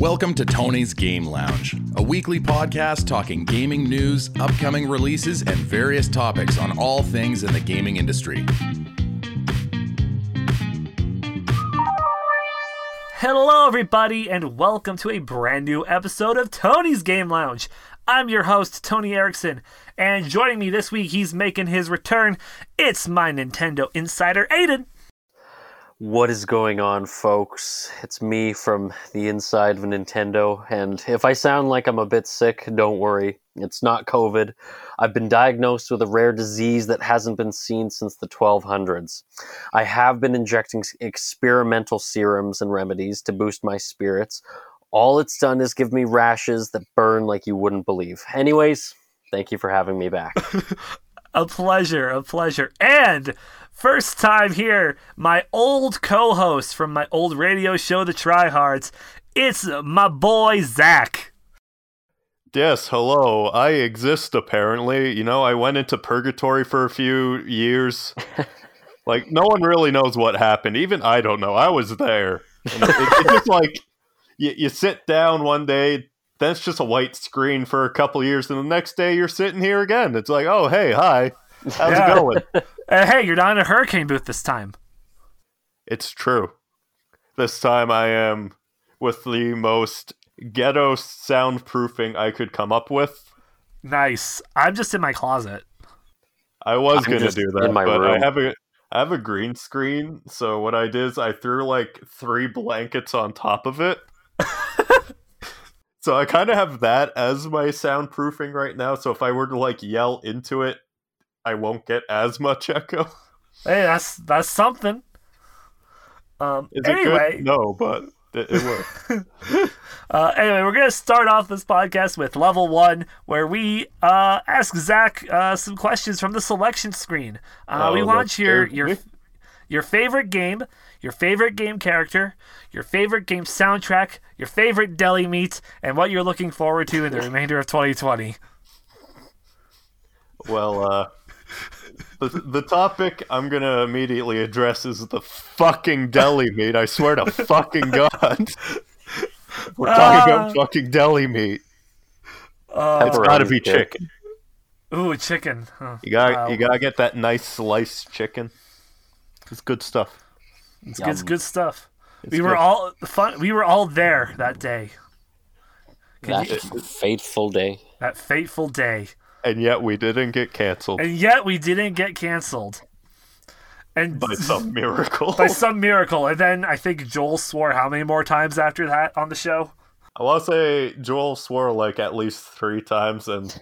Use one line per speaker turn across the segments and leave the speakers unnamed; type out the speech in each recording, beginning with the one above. Welcome to Tony's Game Lounge, a weekly podcast talking gaming news, upcoming releases, and various topics on all things in the gaming industry.
Hello, everybody, and welcome to a brand new episode of Tony's Game Lounge. I'm your host, Tony Erickson, and joining me this week, he's making his return. It's my Nintendo Insider, Aiden.
What is going on, folks? It's me from the inside of Nintendo, and if I sound like I'm a bit sick, don't worry. It's not COVID. I've been diagnosed with a rare disease that hasn't been seen since the 1200s. I have been injecting s- experimental serums and remedies to boost my spirits. All it's done is give me rashes that burn like you wouldn't believe. Anyways, thank you for having me back.
A pleasure, a pleasure. And first time here, my old co host from my old radio show, The Tryhards, it's my boy, Zach.
Yes, hello. I exist apparently. You know, I went into purgatory for a few years. like no one really knows what happened. Even I don't know. I was there. And it, it's just like you, you sit down one day, then it's just a white screen for a couple years, and the next day you're sitting here again. It's like, oh hey, hi, how's
Yeah.
it going?
Uh, hey, you're not in a hurricane booth this time.
It's true. This time I am with the most ghetto soundproofing I could come up with.
Nice. I'm just in my closet.
I was
I'm
gonna
just
do that,
in my
but
room.
I have a I have a green screen. So what I did is I threw like three blankets on top of it. so I kind of have that as my soundproofing right now. So if I were to like yell into it, I won't get as much echo.
Hey, that's that's something. Um,
Is it
anyway,
good? No, but it, it worked.
uh, anyway, we're gonna start off this podcast with level one, where we uh, ask Zach uh, some questions from the selection screen. Uh, we
Oh,
want
that's
your
good.
your your favorite game, your favorite game character, your favorite game soundtrack, your favorite deli meat, and what you're looking forward to in the remainder of 2020.
well, uh, the the topic I'm gonna immediately address is the fucking deli meat. I swear to fucking god. We're
Uh,
talking about fucking deli meat. it's gotta
Pepperoni's
be
good.
chicken.
Ooh, chicken. Huh.
You gotta
Wow.
you gotta get that nice sliced chicken. It's good stuff.
It's good, it's good stuff. we
good.
were all fun. We were all there that day,
that fateful day.
that fateful day,
And yet we didn't get canceled
and yet we didn't get canceled. And
by some miracle.
by some miracle. And then I think Joel swore how many more times after that on the show?
I wanna say Joel swore like at least three times and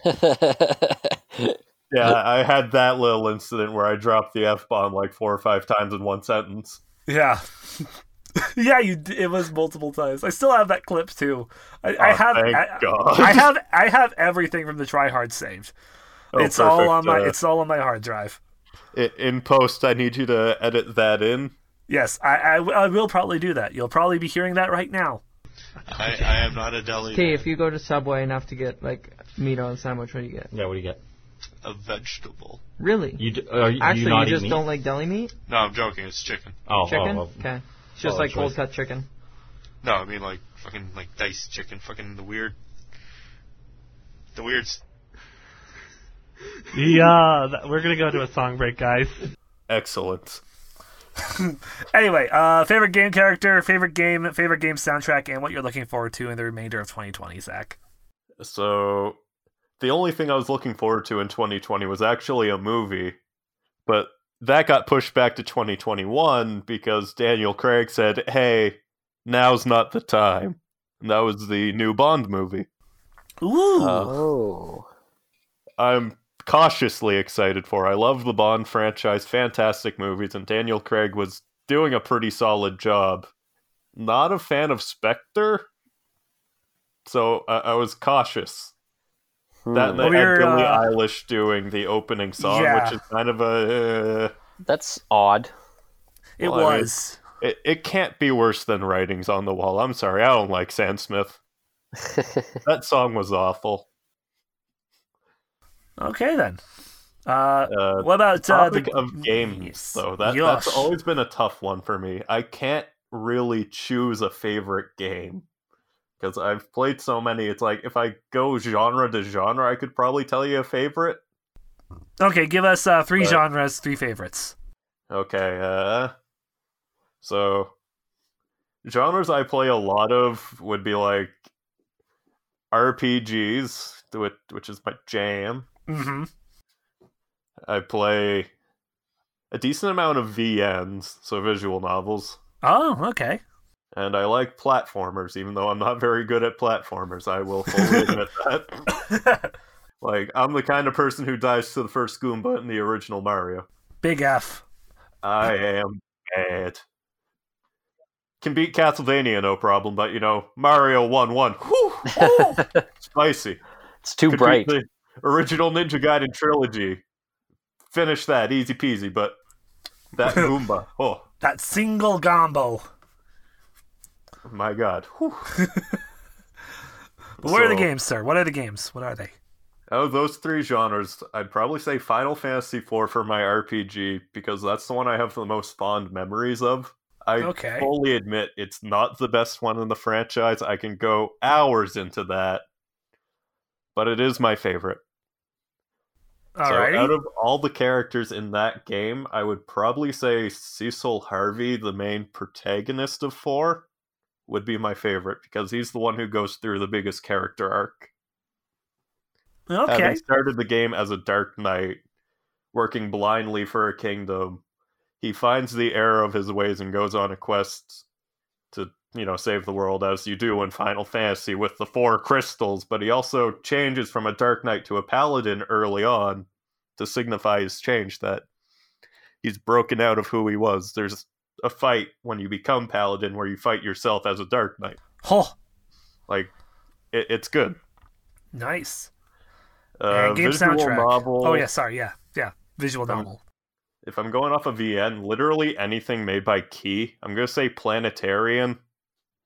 yeah, I had that little incident where I dropped the F bomb like four or five times in one sentence.
Yeah. yeah, you. d- It was multiple times. I still have that clip too. I, I
Oh,
have.
thank
I,
God.
I have. I have everything from the tryhard saved.
Oh,
it's all
perfect.
on my.
Uh,
it's all on my hard drive.
i- in post I need you to edit that in.
Yes, I, I, w- I will probably do that. You'll probably be hearing that right now.
I, I am not a deli
Okay, if you go to Subway enough to get like meat on a sandwich, what do you get?
Yeah, what do you get?
a vegetable.
Really?
You d- are you, do
Actually,
you, not
you just
eat meat?
don't like deli meat?
No, I'm joking. It's chicken.
Oh,
Chicken?
Oh, oh.
Okay. It's just
Solid
like cold
choice.
cut chicken.
No, I mean like fucking like diced chicken, fucking the weird, the weird. s-
Yeah, that, we're gonna go to a song break, guys.
Excellent.
Anyway, uh, favorite game character, favorite game, favorite game soundtrack, and what you're looking forward to in the remainder of 2020, Zach.
So the only thing I was looking forward to in 2020 was actually a movie, but that got pushed back to 2021 because Daniel Craig said, "Hey, now's not the time." And that was the new Bond movie.
Ooh,
Uh,
Oh.
I'm cautiously excited for. I love the Bond franchise, fantastic movies, and Daniel Craig was doing a pretty solid job. Not a fan of Spectre, so I, I was cautious. That
Hmm.
and they had
We're,
Billie
uh,
Eilish doing the opening song,
Yeah.
which is kind of a. Uh,
That's odd.
it
well, I mean-
was.
it, it can't be worse than writings on the wall. I'm sorry, I don't like Sam Smith. That song was awful.
Okay then. Uh,
Uh,
what about uh,
topic
the
of games
Yes.
though that,
Yes.
that's always been a tough one for me i can't really choose a favorite game because I've played so many. It's like if I go genre to genre, I could probably tell you a favorite.
Okay, give us uh, three
Right.
genres, three favorites.
Okay, uh, so genres I play a lot of would be like RPGs, which which is my jam.
Mm-hmm.
I play a decent amount of VNs, so visual novels,
Oh, okay.
and I like platformers. Even though I'm not very good at platformers, I will fully admit that. Like I'm the kind of person who dies to the first Goomba in the original Mario.
Big F.
I am bad. Can beat Castlevania, no problem, but you know, Mario 1 1. Whew, whew, spicy.
It's too
Could beat
bright.
the original Ninja Gaiden trilogy. Finish that, easy peasy, but that Goomba. Oh,
That single gombo.
my god. Whew.
But what are the
So-
games, sir? What are the games? What are they?
Out of those three genres, I'd probably say Final Fantasy IV for my RPG because that's the one I have the most fond memories of. I
Okay.
fully admit it's not the best one in the franchise. I can go hours into that, but it is my favorite. so,
Alrighty.
out of all the characters in that game, I would probably say Cecil Harvey, the main protagonist of four, would be my favorite because he's the one who goes through the biggest character arc.
okay.
Having started the game as a dark knight, working blindly for a kingdom, he finds the error of his ways and goes on a quest to, you know, save the world as you do in Final Fantasy with the four crystals, but he also changes from a dark knight to a paladin early on to signify his change that he's broken out of who he was. There's a fight when you become paladin where you fight yourself as a dark knight.
Oh,
Like it, it's good.
nice.
Uh,
and game
visual
soundtrack.
novel. Um,
Oh yeah, sorry, yeah, yeah. Visual novel.
if I'm going off of VN, literally anything made by Key, I'm going to say Planetarian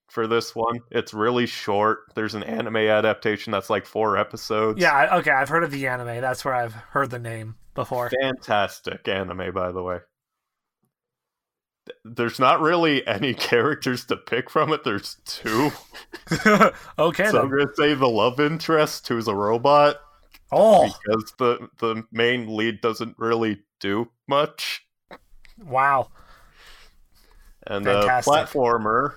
for this one. It's really short. There's an anime adaptation that's like four episodes.
Yeah, I- okay. I've heard of the anime. That's where I've heard the name before.
Fantastic anime, by the way. Th- There's not really any characters to pick from it. There's two.
okay. then.
So I'm going to say the love interest, who's a robot,
Oh,
because the, the main lead doesn't really do much.
wow.
And a
Fantastic.
platformer,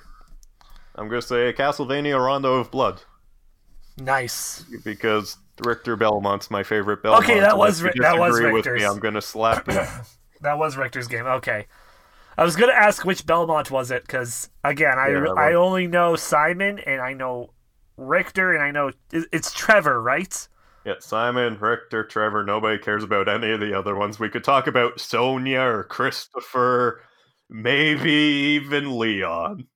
I'm going to say Castlevania Rondo of Blood
Nice.
because Richter Belmont's my favorite Belmont.
Okay, that
and
was
if
Ri-
you
that was
disagree with me,
Richter's.
I'm going to slap you.
That was Richter's game. Okay. I was gonna ask which Belmont was it because again, I
Yeah, that
I
one.
only know Simon and I know Richter and I know it- it's Trevor, right?
yeah, Simon, Richter, Trevor, nobody cares about any of the other ones. We could talk about Sonia or Christopher, maybe even Leon.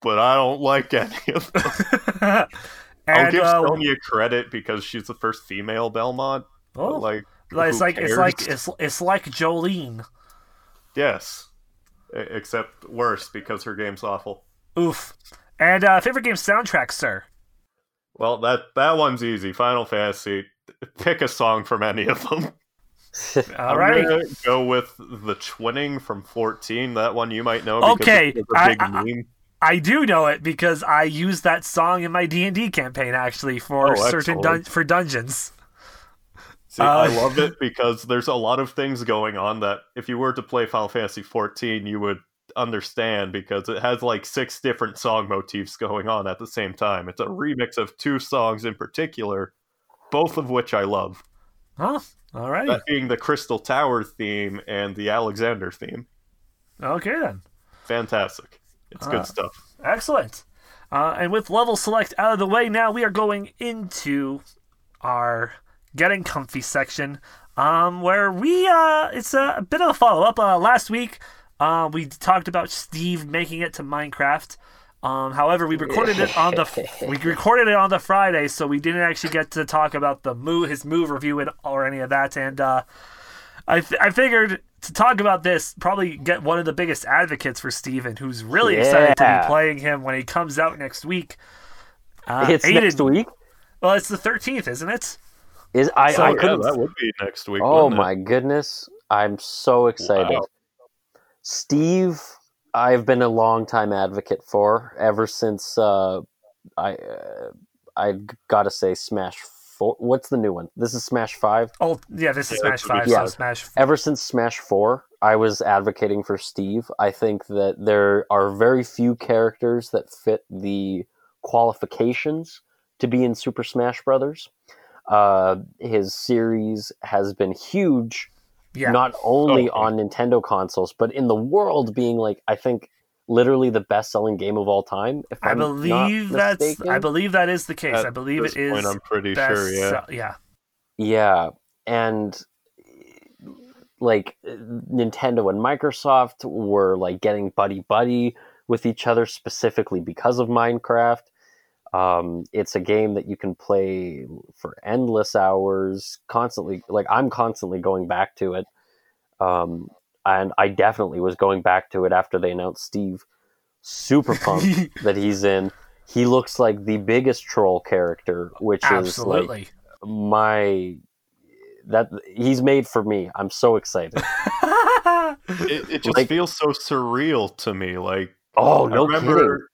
But I don't like any of them.
and
I'll give
uh,
Sonia credit because she's the first female Belmont. but,
oh,
like,
it's
who
like it's like
cares?
it's it's like Jolene.
Yes. E- Except worse because her game's awful.
Oof. And uh, favorite game soundtrack, sir.
Well, that that one's easy. Final Fantasy. Pick a song from any of them.
All
I'm
right.
gonna go with the twinning from 14. That one you might know.
Okay,
because it's
I-
a big
I- I-
meme.
I do know it because I used that song in my D and D campaign actually for
Oh,
certain dun-
excellent.
for dungeons.
See, I
uh,
love it because there's a lot of things going on that if you were to play Final Fantasy 14, you would understand because it has like six different song motifs going on at the same time. It's a remix of two songs in particular, both of which I love.
Huh. All right.
That being the Crystal Tower theme and the Alexander theme.
okay then.
Fantastic. It's
Ah.
good stuff.
Excellent. Uh, and with level select out of the way, now we are going into our getting comfy section, um, where we uh, it's a, a bit of a follow up. Uh, last week, uh, we talked about Steve making it to Minecraft. Um, however, we recorded it on the we recorded it on the Friday, so we didn't actually get to talk about the move his move review and or any of that. And uh, I, f- I figured to talk about this, probably get one of the biggest advocates for Steven, who's really excited to
Yeah.
be playing him when he comes out next week. Uh,
it's
Aiden-
next week.
Well, it's the 13th, isn't it?
Is I,
So,
I
Oh, yeah,
couldn't.
that would be next week.
oh
wouldn't it?
my goodness! I'm so excited.
Wow.
Steve, I've been a long time advocate for ever since uh, I uh, I gotta say Smash Four. What's the new one? This is Smash Five.
Oh yeah, this is Smash Five.
Yeah.
So Smash.
Ever since Smash Four, I was advocating for Steve. I think that there are very few characters that fit the qualifications to be in Super Smash Brothers. Uh, his series has been huge
Yeah.
not only
Oh.
on Nintendo consoles, but in the world being like I think literally the best selling game of all time. If
I
I'm not
believe that's. I
mistaken.
believe that is the case.
At
I believe
this
it is.
point, I'm pretty
best
sure. Yeah.
sell- yeah.
Yeah, and like Nintendo and Microsoft were like getting buddy buddy with each other specifically because of Minecraft. Um, it's a game that you can play for endless hours, constantly. Like I'm constantly going back to it, um, and I definitely was going back to it after they announced Steve. Super pumped that he's in. He looks like the biggest troll character, which is like
Absolutely.
my that he's made for me. I'm so excited.
It, it just
Like-
feels so surreal to me. Like
Oh no
I
kidding!
remember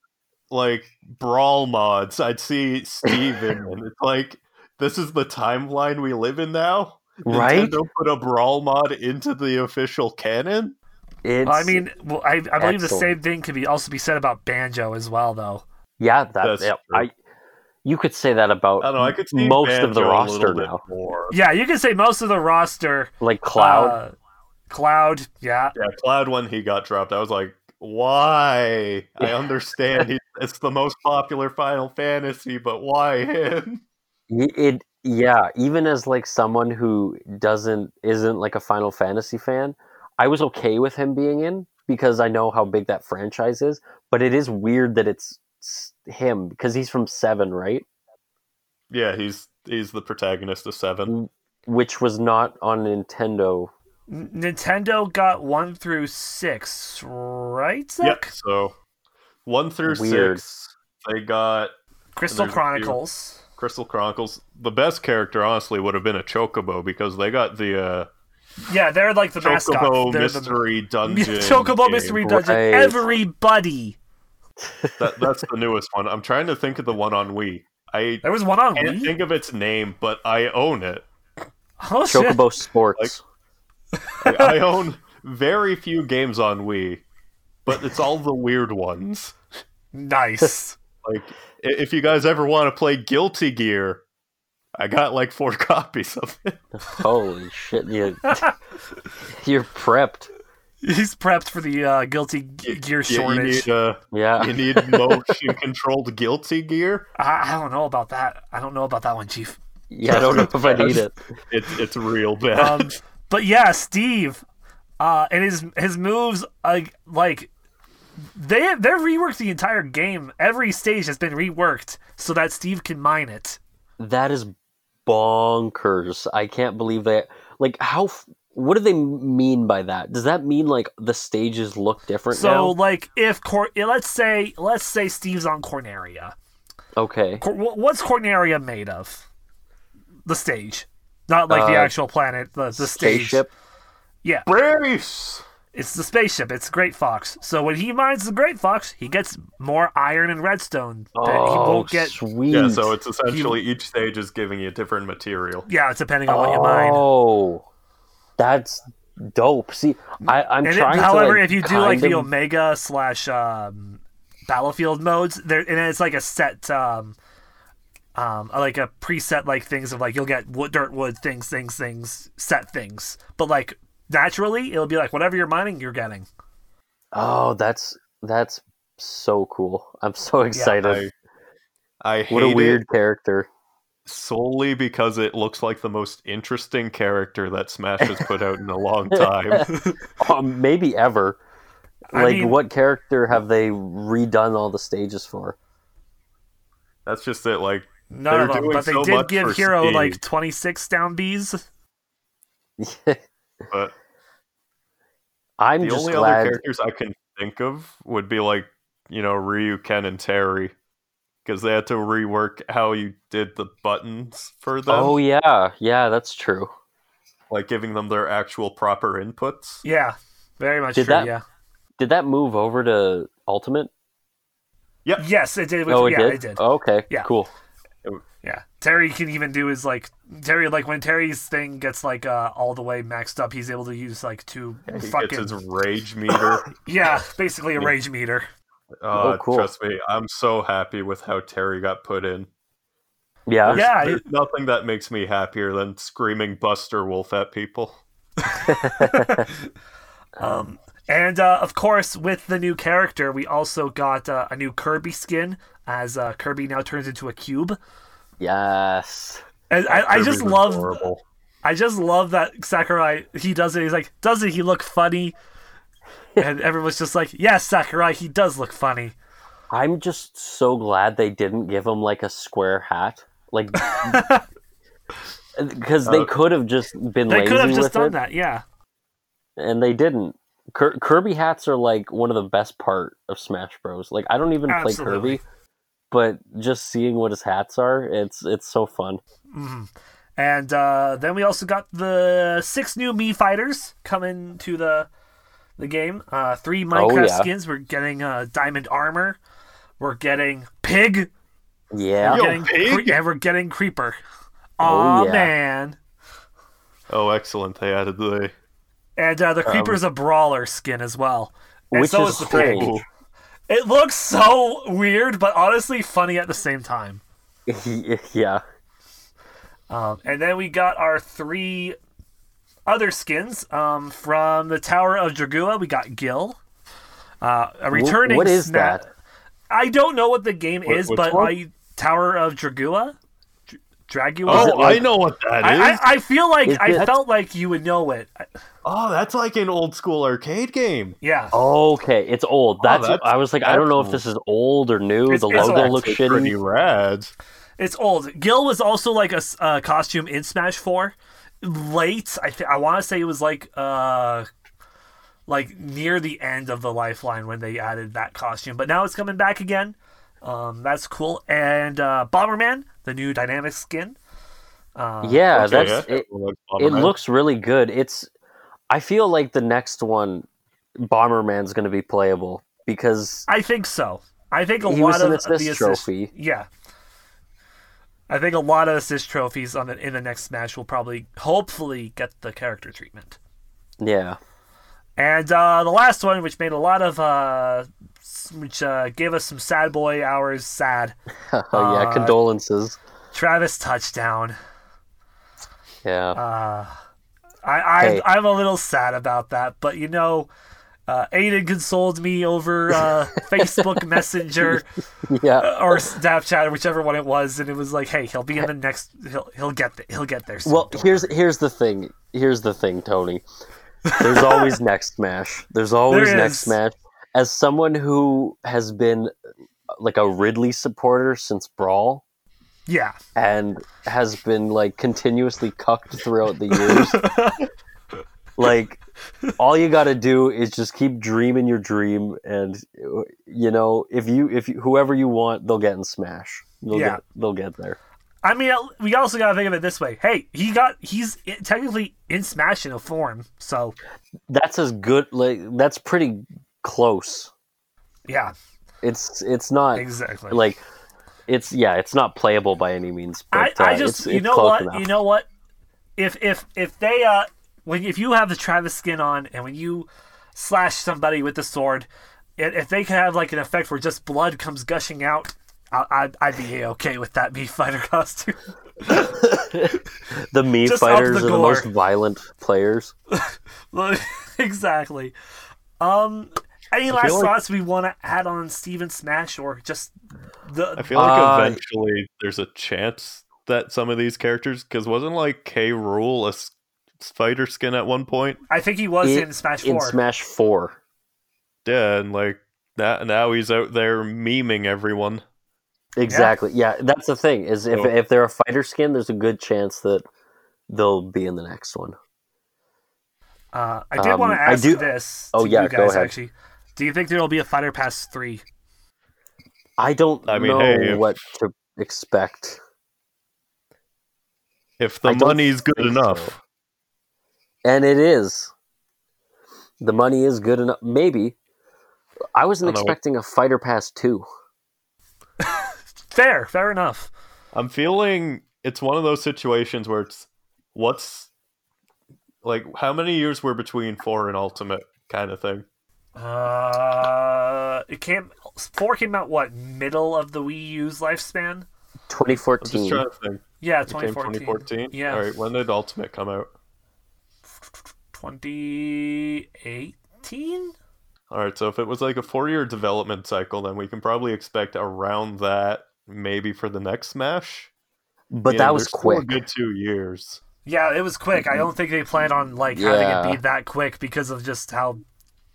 like brawl mods. I'd see Steven and it's like this is the timeline we live in now.
Right?
Nintendo put a brawl mod into the official canon.
It's,
Well, I mean, well, I, I believe the
excellent.
same thing could be also be said about Banjo as well, though.
yeah, that,
That's
yeah,
true.
I you could say that about
I don't know. I could see
most of the
Banjo a
roster
little bit
now,
More.
Yeah, you can say most of the roster.
like Cloud.
uh, Cloud. Yeah.
Yeah, Cloud when he got dropped, I was like, why? I understand he, it's the most popular Final Fantasy, but why him?
Y- it yeah, even as like someone who doesn't isn't like a Final Fantasy fan, I was okay with him being in because I know how big that franchise is. But it is weird that it's s- him because he's from Seven, right?
Yeah, he's he's the protagonist of Seven.
Which was not on Nintendo.
N- Nintendo got one through six, right? Zach?
Yep. So one through
Weird.
six, they got
Crystal
And there's a few.
Chronicles.
Crystal Chronicles. The best character, honestly, would have been a Chocobo because they got the uh,
Yeah, they're like the mascot.
Chocobo
They're
Mystery
the
Dungeon.
Chocobo
game.
Mystery Dungeon.
Right.
Everybody.
That, that's the newest one. I'm trying to think of the one on Wii. I
There was one on
can't
Wii.
think of its name, but I own it.
Oh, shit.
Chocobo Sports.
I own very few games on Wii, but it's all the weird ones.
Nice.
Like, i- if you guys ever want to play Guilty Gear, I got like four copies of it.
Holy shit! You're, you're prepped.
He's prepped for the uh, Guilty G- Gear
Yeah, you
shortage.
need, uh,
Yeah.
you need motion controlled Guilty Gear.
I, I don't know about that. I don't know about that one, Chief.
yeah, I don't know if I need it.
It's it's real bad.
Um, but yeah, Steve, uh, and his his moves, like like they they reworked the entire game. Every stage has been reworked so that Steve can mine it.
That is bonkers. I can't believe that. Like, how? f- What do they mean by that? Does that mean like the stages look different
So
now?
like if Cor- eh, let's say let's say Steve's on Corneria.
Okay.
Cor- wh- what's Corneria made of? The stage, not like the
Uh,
actual planet. The, the stage.
Spaceship.
Yeah.
Brace.
It's the spaceship. It's Great Fox. So when he mines the Great Fox, he gets more iron and redstone that
Oh,
he won't get.
sweet.
Yeah, so it's essentially each stage is giving you different material.
Yeah, it's depending on what you mine.
oh, that's dope. See, I, I'm
And it-
trying.
however,
to, like,
if you do like
kind
the
of-
Omega slash um, Battlefield modes, there and it's like a set, um, um, like a preset like things of like you'll get wood, dirt, wood, things, things, things, set things. But like naturally, it'll be like whatever you're mining, you're getting.
oh, that's that's so cool. I'm so excited.
I, I hate
what a weird character.
it solely because it looks like the most interesting character that Smash has put out in a long time.
Um, maybe ever.
I
Like,
mean-
what character have they redone all the stages for?
That's just it. Like
None
They're
of them,
doing
but they
so
did
much
give
for
Hero
Steve.
like 26 down Bs.
but
I'm
the
just
only
glad.
other characters I can think of would be like you know Ryu, Ken, and Terry because they had to rework how you did the buttons for them,
oh yeah, yeah, that's true.
like giving them their actual proper inputs.
Yeah, very much
Did
true.
that-
Yeah,
Did that move over to Ultimate?
Yes, it did.
Oh, it
yeah,
did.
it did.
Oh, okay,
Yeah.
cool.
Yeah. Terry can even do his like Terry like when Terry's thing gets like uh, all the way maxed up, he's able to use like two
He
fucking
gets his rage meter.
yeah, basically a rage meter.
Uh,
cool.
Trust me, I'm so happy with how Terry got put in.
Yeah.
Yeah. I-
There's nothing that makes me happier than screaming Buster Wolf at people.
And uh, of course, with the new character, we also got uh, a new Kirby skin as uh, Kirby now turns into a cube.
Yes.
And I, I just
Kirby's
love
adorable.
I just love that Sakurai he does it. He's like, doesn't he look funny? And everyone's just like, yes, Sakurai, he does look funny.
I'm just so glad they didn't give him like a square hat, like because they could have just been
Uh, They
lazy
could have just
with
done
it,
that, yeah.
and they didn't. Kir- Kirby hats are like one of the best part of Smash Bros. Like I don't even
Absolutely.
play Kirby, but just seeing what his hats are, it's it's so fun.
And uh, then we also got the six new Mii fighters coming to the the game. Uh, three Minecraft
Oh, yeah.
skins. We're getting uh, diamond armor. We're getting pig.
Yeah,
Yo,
getting
pig?
and we're getting creeper.
Oh,
Oh
yeah.
man!
Oh, excellent. They added the.
And uh, the creeper's a brawler skin as well. And
Um, which
so
is
is the pig.
cool.
It looks so weird, but honestly funny at the same time.
yeah,
Um, and then we got our three other skins um, from the Tower of Dragua. We got Gil, uh, a
Wh-
returning.
what is
Sna-
that?
I don't know what the game is,
which
but
one?
I Tower of Dragua. Dr- Dragua.
Oh,
like-
I know what that is.
I, I, I feel like
Is
I
it-
felt like you would know it. I-
Oh, that's like an old school arcade game.
Yeah.
Okay, it's old. That's,
Oh, that's-
I was like, I don't know if
that's
this is old or new.
It's-
the
it's
logo
old.
looks
It's pretty
shitty.
rad.
It's old. Gil was also like a, s- a costume in Smash Four. Late, I th- I want to say it was like uh, like near the end of the Lifeline when they added that costume, but now it's coming back again. Um, that's cool. And uh, Bomberman, the new dynamic skin.
yeah,
uh, Okay,
that's
yeah.
it. It
Bomberman.
looks really good. It's. I feel like the next one, Bomberman's going to be playable because
I think so. I think a
He
lot
was an
of
assist
the assist,
trophy.
Yeah. I think a lot of assist trophies on the, in the next Smash will probably, hopefully, get the character treatment.
yeah,
And uh, the last one, which made a lot of, uh, s- which uh, gave us some sad boy hours, sad.
oh
Uh,
yeah, condolences.
Travis touchdown.
Yeah,
uh, I, I
Hey.
I'm a little sad about that, but you know, uh, Aiden consoled me over uh, Facebook Messenger
yeah.
or Snapchat or whichever one it was, and it was like, hey, he'll be in the next. He'll he'll get the, he'll get there. Soon.
Well,
Don't
here's
worry.
here's the thing. Here's the thing, Tony. There's always next Smash. There's always
There
next
is.
Smash. As someone who has been like a Ridley supporter since Brawl,
yeah,
and has been like continuously cucked throughout the years. like all you got to do is just keep dreaming your dream and you know if you if you, whoever you want they'll get in smash they'll
Yeah.
get they'll get there
I mean, uh, we also gotta think of it this way. Hey, he got he's technically in Smash in a form, so
that's as good like that's pretty close
yeah,
it's it's not
exactly.
like it's yeah it's not playable by any means
I,
but uh,
I just
it's,
you
it's
know
close
what
enough.
you know what if if if they uh when if you have the Travis skin on and when you slash somebody with the sword and if they can have like an effect where just blood comes gushing out I, I'd, I'd be okay with that Mii fighter costume
the me
just up
fighters
the
are the most
gore.
violent players
Like, exactly um any last
like-
thoughts we want to add on Steven Smash or just
I
the
feel like
Uh,
eventually there's a chance that some of these characters, because wasn't like K. Rule a s- spider skin at one point?
I think he was
It-
in Smash 4
in smash 4
Yeah, and like that now he's out there memeing everyone.
Exactly. Yeah, that's the thing is if
So-
if they're a fighter skin, there's a good chance that they'll be in the next one.
Uh, I did
Um,
want to
I
ask
do-
this.
Oh,
to
yeah,
you
go
guys,
ahead.
Actually, do you think there will be a Fighter Pass three?
I don't
I mean,
know
hey, if-
what to expect.
If
I
the
don't
money's good
think
enough.
so. And it is. The money is good enough maybe. I wasn't
I don't know.
expecting a fighter pass 2.
Fair, fair enough.
I'm feeling it's one of those situations where it's what's like how many years were between four and ultimate kind of thing.
Uh, it came four came out what middle of the Wii U's lifespan?
I'm just
2014.
trying to think.
Yeah,
It came
2014.
2014.
Yeah,
All right. When did Ultimate come out?
2018.
All right. So if it was like a four-year development cycle, then we can probably expect around that, maybe for the next Smash.
But
Yeah,
that was
there's still a
quick.
good two years.
Yeah, it was quick.
Mm-hmm.
I don't think they planned on like having it
Yeah.
be that quick because of just how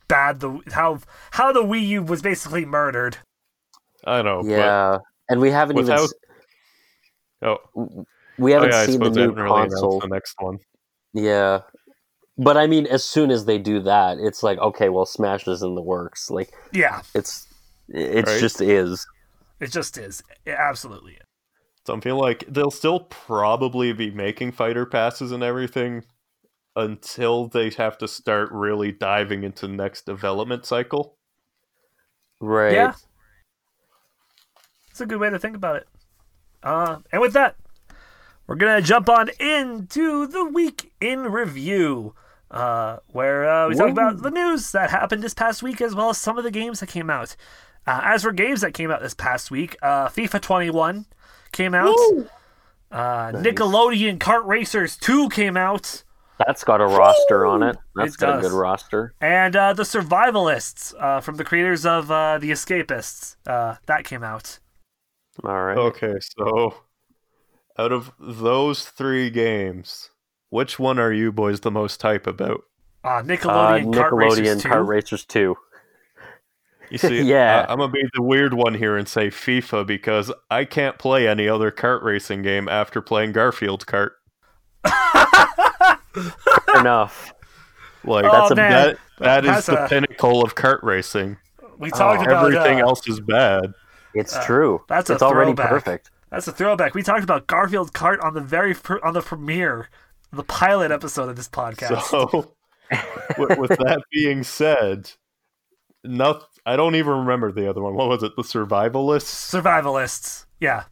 bad the how how the Wii U was basically murdered.
I know. but-
Yeah, and we haven't even
Without-
s-
oh,
we
oh
haven't
yeah. I
seen the
suppose I
new
haven't really announced
console.
the next one.
Yeah. But I mean, as soon as they do that, it's like, okay, well, Smash is in the works. Like,
Yeah,
it's, it
Right.
just is.
it just is. It absolutely is.
So I'm feeling like they'll still probably be making fighter passes and everything until they have to start really diving into the next development cycle.
Right.
Yeah. It's a good way to think about it. Uh, and with that, we're gonna jump on into the week in review, uh, where uh, we talk about the news that happened this past week as well as some of the games that came out. Uh, as for games that came out this past week, uh, FIFA 21 came out. Uh, Nickelodeon Kart Racers 2 came out.
That's got a roster on it. That's
It
got a
does.
good roster.
And uh, The Survivalists uh, from the creators of uh, The Escapists. Uh, that came out.
All right.
Okay, so out of those three games, which one are you boys the most hype about?
Uh,
Uh,
Nickelodeon, Kart
Nickelodeon
Racers 2.
Kart Racers 2.
You see,
Yeah.
I- I'm gonna be the weird one here and say FIFA because I can't play any other kart racing game after playing Garfield Kart.
Enough.
Like
Oh, man.
that, that is
That's
the
a-
pinnacle of kart racing.
we talked about
Oh, Everything
uh,
else is bad.
It's true.
that's a
it's already
throwback.
perfect.
That's a throwback. We talked about Garfield Kart on the very pr- on the premiere, the pilot episode of this podcast.
So, with, with that being said, noth- I don't even remember the other one. What was it? The Survivalists.
Survivalists. Yeah.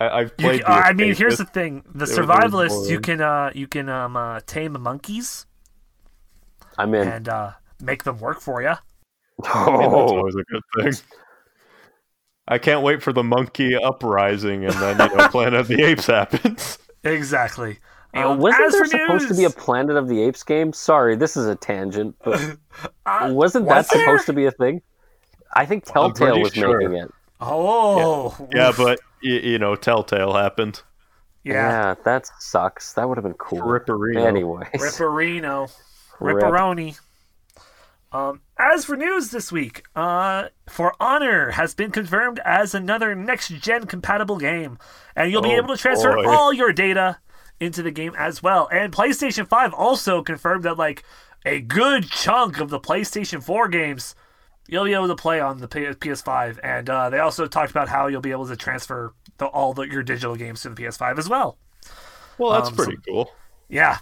I, I've
You,
played.
c-
the
I mean, here's
Escapists.
the thing: the
They were very
survivalists. You
boring.
can uh, you can um, uh, tame monkeys
I'm in.
and uh, make them work for you.
I mean, that's
oh,
always a good thing. I can't wait for the monkey uprising, and then you know, Planet of the Apes happens.
Exactly.
Uh,
Um,
wasn't
as
there
for
supposed to be a
news-
Planet of the Apes game? Sorry, this is a tangent, but
Uh,
wasn't
was
that
there?
supposed to be a thing? I think
I'm
Telltale
pretty
was
sure.
making it.
Oh,
Yeah,
oof.
but you, you know, Telltale happened.
yeah,
that sucks. That would have been cool.
Ripperino.
Anyways,
Ripperino.
Rip.
Ripperoni. Um, as for news this week, uh, For Honor has been confirmed as another next gen compatible game, and you'll be
Oh,
able to transfer
boy.
all your data into the game as well. And PlayStation 5 also confirmed that, like, a good chunk of the PlayStation 4 games you'll be able to play on the P- PS5. And uh, they also talked about how you'll be able to transfer the, all the, your digital games to the PS5 as well.
Well, that's
Um,
pretty cool.
Yeah.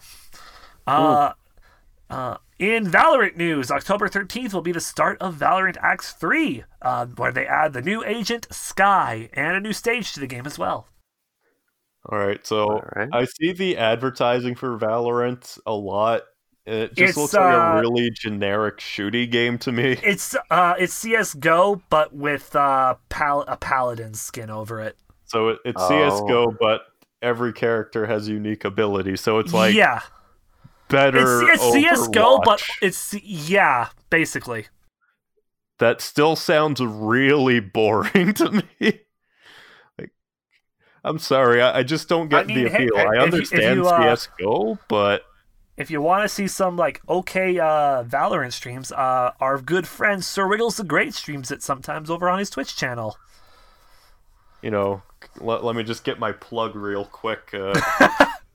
Uh, uh, in Valorant news, October 13th will be the start of Valorant Acts 3, uh, where they add the new agent, Sky, and a new stage to the game as well.
All right, so
right.
I see the advertising for Valorant a lot. It just
It's,
looks like
uh,
a really generic shooty game to me.
It's uh, it's CSGO, but with uh, pal- a paladin skin over it.
So it, it's
Oh.
CS:GO, but every character has unique abilities. So it's like
yeah,
better.
it's, it's CSGO, but
Overwatch.
it's C- yeah, basically.
that still sounds really boring to me. like, I'm sorry, I, I just don't get
I mean,
the
hey,
appeal.
if you-
I
if
understand
you, uh,
CS:GO, but
If you want to see some like okay uh, Valorant streams, uh, our good friend Sir Wiggles the Great streams it sometimes over on his Twitch channel.
you know, let, let me just get my plug real quick. Uh,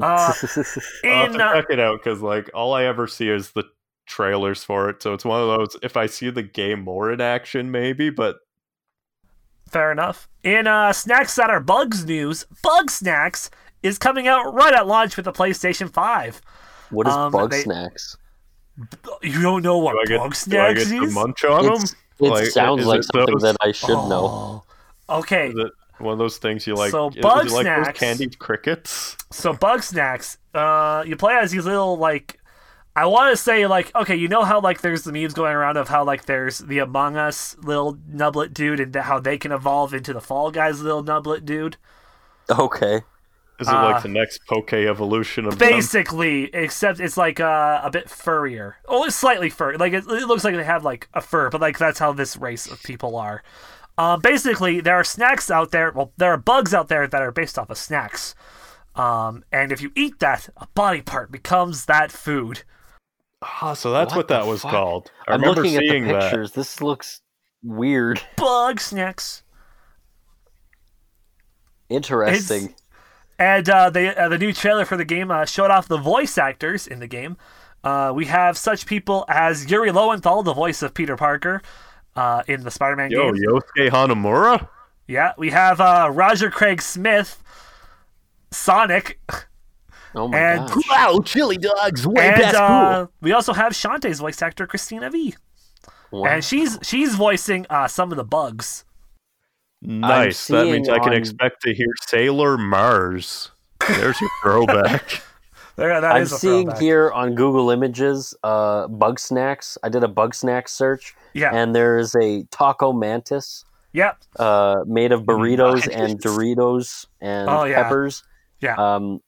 Uh,
I'll have
in
to
uh,
check it out because like all I ever see is the trailers for it. So it's one of those. If I see the game more in action, maybe. But
Fair enough. In uh, snacks that are bugs news, Bug Snacks is coming out right at launch with the PlayStation 5.
what is
Um,
Bug
they-
Snacks?
You don't know
do
what
I get,
Bug
do I
Snacks
get to
is?
munch on them?
It's, it
Like,
sounds
is
like
it
something
those-
that I should know.
Oh, Okay,
Is it one of those things you like?
So
is it
bug
like
snacks-
those candied crickets.
so bug snacks. Uh, you play as these little like. I want to say like okay, you know how like there's the memes going around of how like there's the Among Us little nublet dude and how they can evolve into the Fall Guys little nublet dude.
Oh.
Okay.
Is it
Ah.
like the next Poke evolution of them?
Basically, except it's like uh, a bit furrier. Oh, it's slightly fur. Like it, it looks like they have like a fur, but like that's how this race of people are. Uh, basically, there are snacks out there. Well, there are bugs out there that are based off of snacks. Um, and if you eat that, a body part becomes that food.
Ah, so that's
What
what,
the
that was
fuck?
called. I
I'm
remember
looking at the
seeing that.
pictures. This looks weird.
Bug snacks.
Interesting.
And uh, the uh, the new trailer for the game uh, showed off the voice actors in the game. Uh, we have such people as Yuri Lowenthal, the voice of Peter Parker, uh, in the Spider-Man
Yo,
game.
Yosuke Hanamura?
Yeah, we have uh, Roger Craig Smith, Sonic,
oh my
and-
gosh.
Wow, chili dogs, way
and uh, we also have Shantae's voice actor Christina V,
Wow.
and she's she's voicing uh, some of the bugs.
Nice. That means
seeing
I can
on-
expect to hear Sailor Mars. There's your throwback.
There, that
I'm
is a
seeing
throwback.
here on Google Images uh, bug snacks. I did a bug snack search,
Yeah,
and there is a taco mantis
yep,
uh, made of burritos and
Nice.
Doritos and
Mm-hmm. Oh, yeah.
peppers.
Yeah.
Um,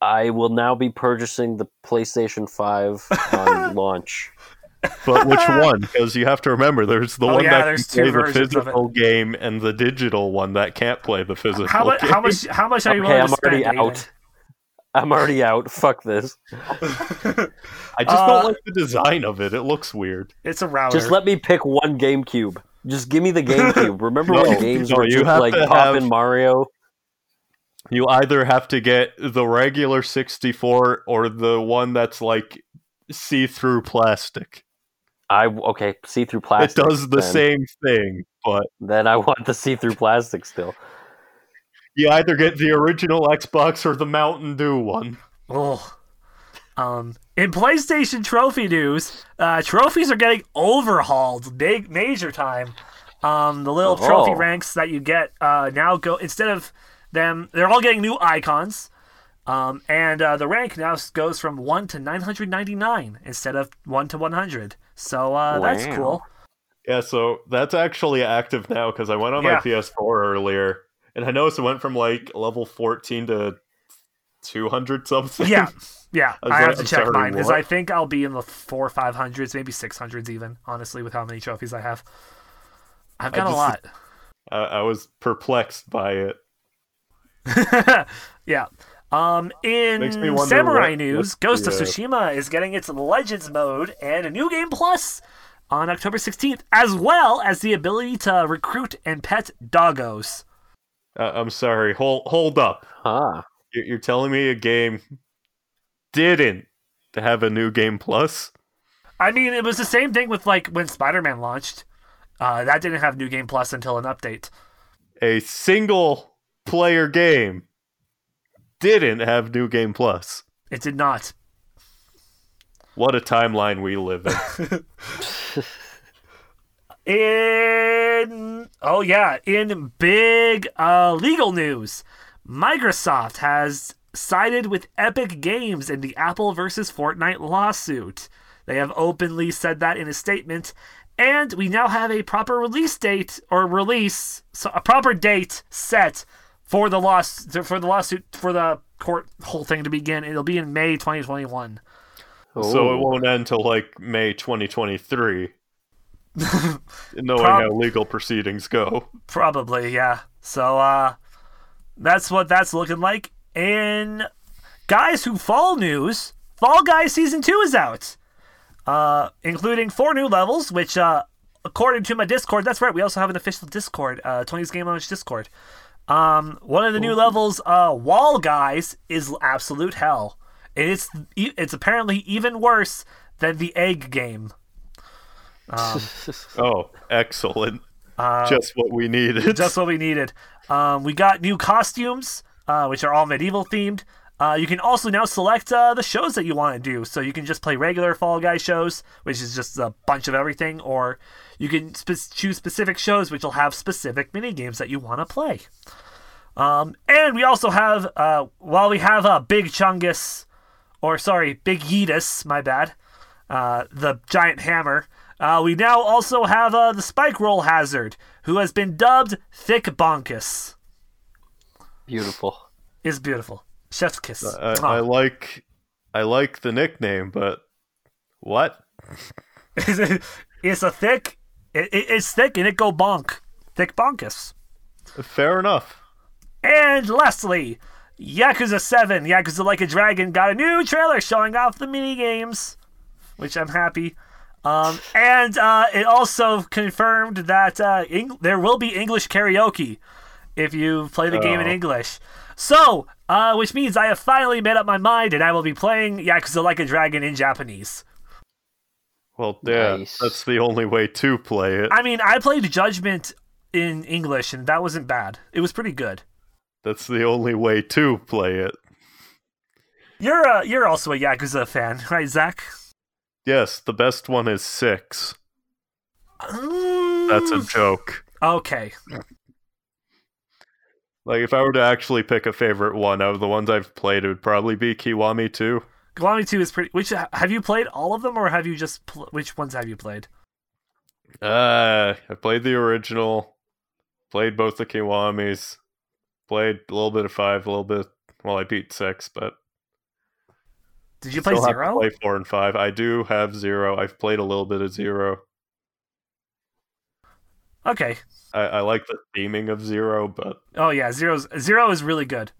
I will now be purchasing the PlayStation 5 on launch.
but which one? Because you have to remember, there's the
Oh,
one
yeah,
that
there's two
can play the
versions of it.
physical game and the digital one that can't play the physical
How much?
game.
How much? How much are you
Okay,
willing
I'm
to spend?
already out. I'm already out. Fuck this.
I just
uh,
don't like the design of it. It looks weird.
Aiden? It's a router.
Just let me pick one GameCube. Just give me the GameCube. Remember
No,
when games
no,
were
you
just
have
like
to
Pop
have-
and Mario?
You either have to get the regular 64 or the one that's like see through plastic.
I okay, see through plastic.
it does the
then.
same thing, but
Then I want the see through plastic still.
you either get the original Xbox or the Mountain Dew one.
Oh. Um, in PlayStation Trophy news, uh, trophies are getting overhauled big major time. Um, the little
Oh.
trophy ranks that you get uh, now go instead of them, they're all getting new icons. Um, and uh, the rank now s- goes from 1 to 999 instead of 1 to 100. So uh, that's
Wow.
cool.
Yeah, so that's actually active now because I went on
Yeah.
my PS4 earlier and I noticed it went from like level 14 to 200 something.
Yeah. Yeah,
I was
I have
like,
to
I'm
check
sorry,
mine because
what?
I think I'll be in the four, five hundreds, maybe six hundreds, even honestly, with how many trophies I have. I've
I
got a
just-
lot.
I, I was perplexed by it.
yeah. Um, in
Makes me wonder
samurai
what-
news,
what
Ghost of
the, uh,
Tsushima is getting its Legends mode and a new game plus on October 16th, as well as the ability to recruit and pet doggos.
Uh, I'm sorry. Hold, hold up.
Huh.
You're, you're telling me a game didn't have a new game plus?
I mean, it was the same thing with like when Spider-Man launched. Uh, that didn't have new game plus until an update.
A single player game didn't have new game plus.
It did not.
What a timeline we live in.
In oh yeah, in big uh, legal news, Microsoft has sided with Epic Games in the Apple versus Fortnite lawsuit. They have openly said that in a statement, and we now have a proper release date or release, so a proper date set for the loss for the lawsuit for the court whole thing to begin. It'll be in May 2021.
So it
Ooh.
won't end till like May 2023. Knowing
Prob-
how legal proceedings go.
Probably, yeah. So uh that's what that's looking like. And guys who fall news, Fall Guys season two is out. Uh including four new levels, which uh according to my Discord, that's right, we also have an official Discord, uh Tony's Game Lounge Discord. Um one of the new levels, uh Wall Guys, is absolute hell. And it's e, it's apparently even worse than the egg game.
Oh, excellent.
Uh,
just what we needed.
just what we needed. Um, we got new costumes, uh, which are all medieval themed. Uh, you can also now select uh, the shows that you want to do. So you can just play regular Fall Guy shows, which is just a bunch of everything, or you can spe- choose specific shows, which will have specific minigames that you want to play. Um, and we also have, uh, while we have uh, Big Chungus, or sorry, Big Yeetus, my bad, uh, the giant hammer, uh, we now also have uh, the Spike Roll Hazard, who has been dubbed Thick Bonkus.
Beautiful.
Is beautiful. Chef's kiss.
Uh, I,
Mwah.
I like I like the nickname, but what?
it's a thick. It, it- it's thick and it go bonk. Thick bonkus.
Fair enough.
And lastly, Yakuza 7, Yakuza Like a Dragon got a new trailer showing off the minigames, which I'm happy. Um, and uh, it also confirmed that uh, Eng- there will be English karaoke if you play the game in
Oh.
English. So, uh, which means I have finally made up my mind and I will be playing Yakuza Like a Dragon in Japanese.
Well, yeah,
Nice.
that's the only way to play it.
I mean, I played Judgment in English and that wasn't bad. It was pretty good.
That's the only way to play it.
You're uh, you're also a Yakuza fan, right, Zach?
Yes, the best one is six. That's a
Mm.
joke.
Okay.
Like, if I were to actually pick a favorite one out of the ones I've played, it would probably be Kiwami 2.
Kiwami 2 is pretty. Which have you played all of them, or have you just pl- which ones have you played?
Uh, I played the original, played both the Kiwamis, played a little bit of 5, a little bit. Well, I beat 6, but
Did you play
still have to
Zero?
play 4 and 5. I do have 0. I've played a little bit of 0.
Okay.
I, I like the theming of 0, but
Oh yeah, Zero's Zero is really good.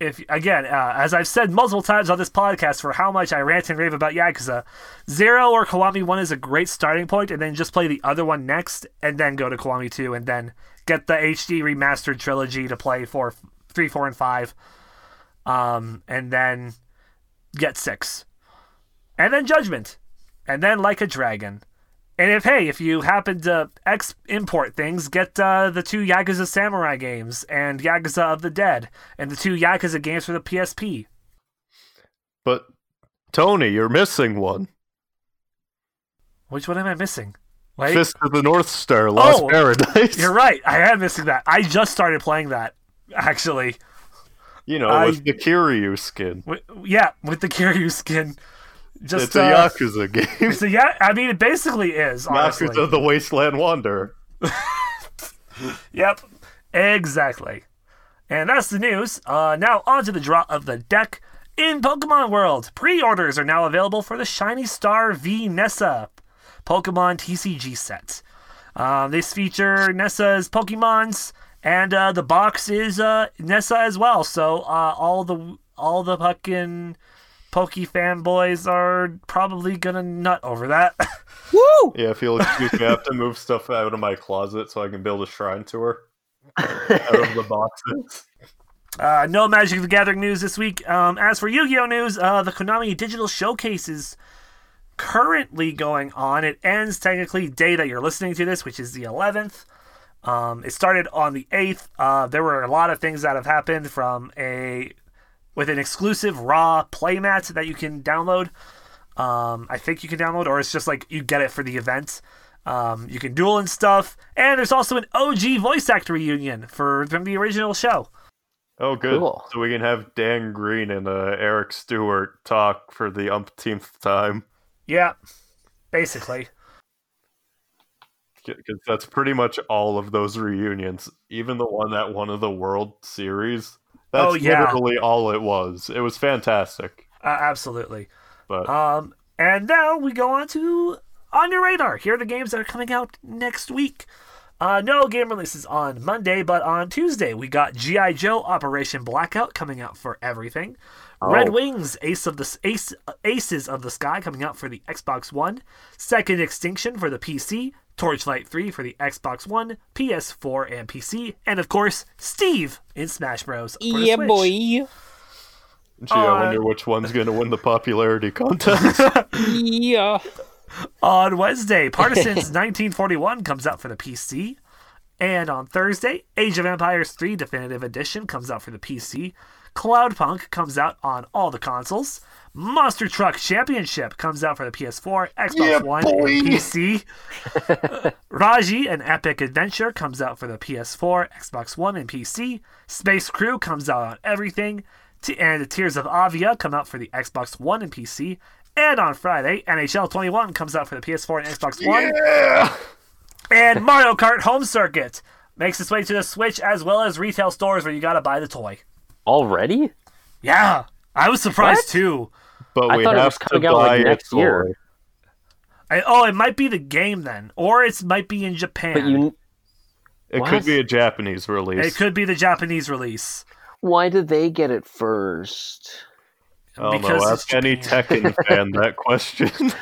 If again, uh, as I've said multiple times on this podcast, for how much I rant and rave about Yakuza, Zero or Kiwami One is a great starting point, and then just play the other one next, and then go to Kiwami Two, and then get the HD remastered trilogy to play for three, four, and five, um, and then get six, and then Judgment, and then Like a Dragon. And if hey, if you happen to ex import things, get uh, the two Yakuza Samurai games and Yakuza of the Dead, and the two Yakuza games for the PSP.
But Tony, you're missing one.
Which one am I missing? Wait,
Fist of the North Star, Lost
Oh,
Paradise.
you're right. I am missing that. I just started playing that, actually.
You know,
I-
with the Kiryu skin.
W- yeah, with the Kiryu skin. Just
It's a
uh,
Yakuza game.
It's a ya- I mean, it basically is. Honestly.
Yakuza the Wasteland Wanderer.
Yep, exactly. And that's the news. Uh, now onto the draw of the deck. In Pokemon World, pre-orders are now available for the Shiny Star V Nessa Pokemon TCG set. Um, these feature Nessa's Pokemons, and uh, the box is uh, Nessa as well. So uh, all the all the fucking Poke fanboys are probably gonna nut over that.
Yeah, if you'll excuse me, I have to move stuff out of my closet so I can build a shrine to her. out of the boxes.
Uh, no Magic the Gathering news this week. Um, as for Yu Gi Oh! news, uh, the Konami Digital Showcase is currently going on. It ends technically day that you're listening to this, which is the 11th. Um, it started on the 8th. Uh, there were a lot of things that have happened from a with an exclusive raw playmat that you can download. Um, I think you can download, or it's just like you get it for the event. Um, you can duel and stuff, and there's also an OG voice actor reunion for from the original show.
Oh, good.
Cool.
So we can have Dan Green and uh, Eric Stewart talk for the umpteenth time.
Yeah, basically.
Because that's pretty much all of those reunions. Even the one that won of the World Series. That's
Oh, yeah.
literally all it was. It was fantastic.
Uh, absolutely.
But
Uh,
Um, and now we go on to On Your Radar. Here are the games that are coming out next week. Uh, no game releases on Monday, but on Tuesday we got GI Joe Operation Blackout coming out for everything.
Oh.
Red Wings Ace of the Ace Aces of the Sky coming out for the Xbox One. Second Extinction for the PC. Torchlight 3 for the Xbox One, PS4, and PC, and of course Steve in Smash Bros. for the
Yeah,
Switch.
boy.
gee, I
uh,
wonder which one's going to win the popularity contest.
Yeah.
On Wednesday, Partisans 1941 comes out for the PC. And on Thursday, Age of Empires 3 Definitive Edition comes out for the PC. Cloudpunk comes out on all the consoles. Monster Truck Championship comes out for the PS4, Xbox
Yeah,
One,
boy.
and PC. Raji, an epic adventure, comes out for the PS4, Xbox One, and PC. Space Crew comes out on everything. T- and Tears of Avia come out for the Xbox One and PC. And on Friday, NHL 21 comes out for the PS4 and Xbox One.
Yeah.
And Mario Kart Home Circuit makes its way to the Switch as well as retail stores where you gotta buy the toy.
Already?
Yeah, I was surprised
What?
too.
But
I
we
thought it
have
was coming
to
out
buy
like next
it
year.
for-
I, oh, it might be the game then, or it might be in Japan.
But you,
It
What?
could be a Japanese release.
It could be the Japanese release.
why did they get it first?
I don't
because
know.
it's
Ask any Tekken fan that question.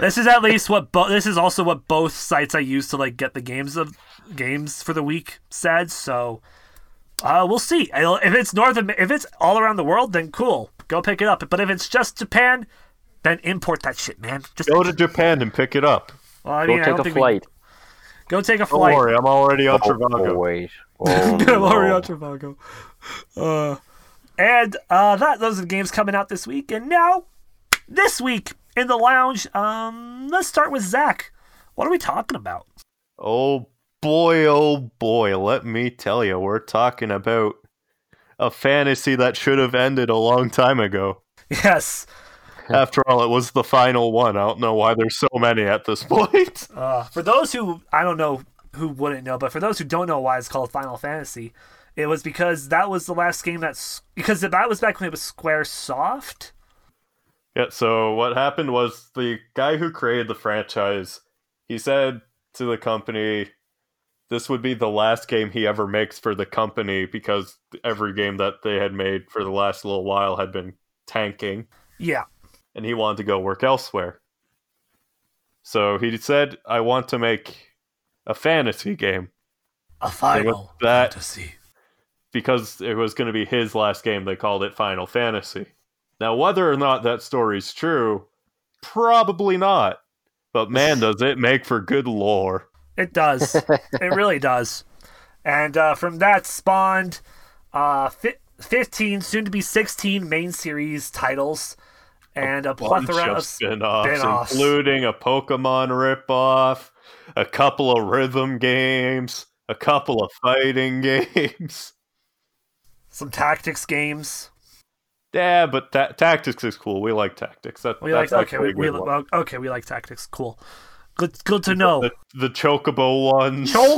This is at least what bo- this is also what both sites I use to like get the games of games for the week said. So uh, we'll see. I'll- If it's north of if it's all around the world, then cool, go pick it up. But if it's just Japan, then import that shit, man. Just
Go to Japan and pick it up.
Well, I
Go
mean, I don't
take a
think we-
flight.
go take a
Don't
flight.
worry, I'm already on
Oh,
Trivago.
wait. Oh,
Mario
no.
Travago. Uh, and uh, that those are the games coming out this week. And now, this week in the lounge, um, let's start with Zach. What are we talking about?
Oh boy, oh boy, let me tell you, we're talking about a fantasy that should have ended a long time ago.
Yes,
After all, it was the final one. I don't know why there's so many at this point.
uh, for those who I don't know who wouldn't know, but for those who don't know why it's called Final Fantasy, it was because that was the last game that's because that was back when it was SquareSoft.
Yeah, so what happened was the guy who created the franchise, he said to the company this would be the last game he ever makes for the company because every game that they had made for the last little while had been tanking
Yeah,
and he wanted to go work elsewhere. So he said, I want to make a fantasy game
a
Final that-
Fantasy.
because it was going to be his last game. They called it Final Fantasy. Now, whether or not that story's true, probably not. But man, does it make for good lore.
It does. it really does. And uh, from that spawned uh, fi- 15, soon to be 16 main series titles and a plethora of.
spin-offs,
spin-offs.
including a Pokemon ripoff, a couple of rhythm games, a couple of fighting games.
Some tactics games.
Yeah, but ta- tactics is cool. We like tactics. That,
We
that's
like okay,
actually
we,
a
we
good one.
li- okay, we like tactics. Cool. Good good to know.
the, the Chocobo ones.
Chocoball!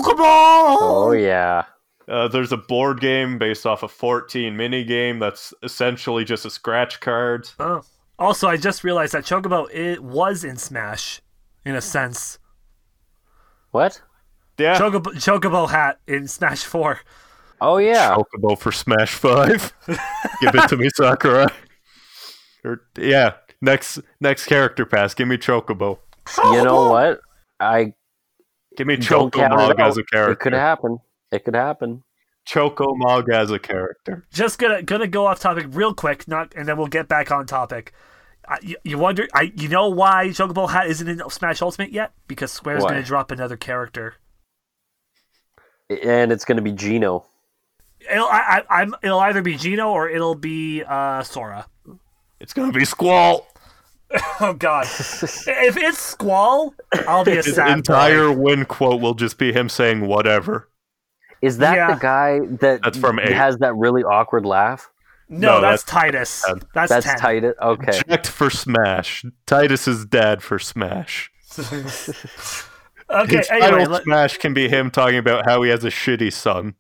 Oh, yeah.
Uh, there's a board game based off a 14 mini game that's essentially just a scratch card.
Oh. Also, I just realized that Chocobo it was in Smash, in a sense.
What?
Yeah,
Chocobo, Chocobo hat in Smash Four.
Oh, yeah.
Chocobo for Smash Five. Give it to me, Sakurai. Or, yeah, next next character pass. Give me Chocobo.
You know what? I
Give me
don't count it out.
Chocomog as a
It could
character.
happen. It could happen.
Chocomog as a character.
just gonna gonna go off topic real quick, not and then we'll get back on topic. I, you, you wonder, I you know why Chocobo Hat isn't in Smash Ultimate yet? Because Square's
Why?
gonna drop another character.
And it's going to be Gino.
It'll I, I, I'm it'll either be Gino or it'll be uh, Sora.
It's gonna be Squall.
Oh God! if it's Squall, I'll be a
His
sad boy.
entire win quote will just be him saying whatever.
Is that
Yeah.
the guy that
That's from eight.
has that really awkward laugh?
No,
No,
that's,
that's-
Titus. That's,
That's
ten.
Titus. Okay.
Checked for Smash. Titus's dad for Smash.
Okay.
His
Anyway,
final
let,
smash can be him talking about how he has a shitty son.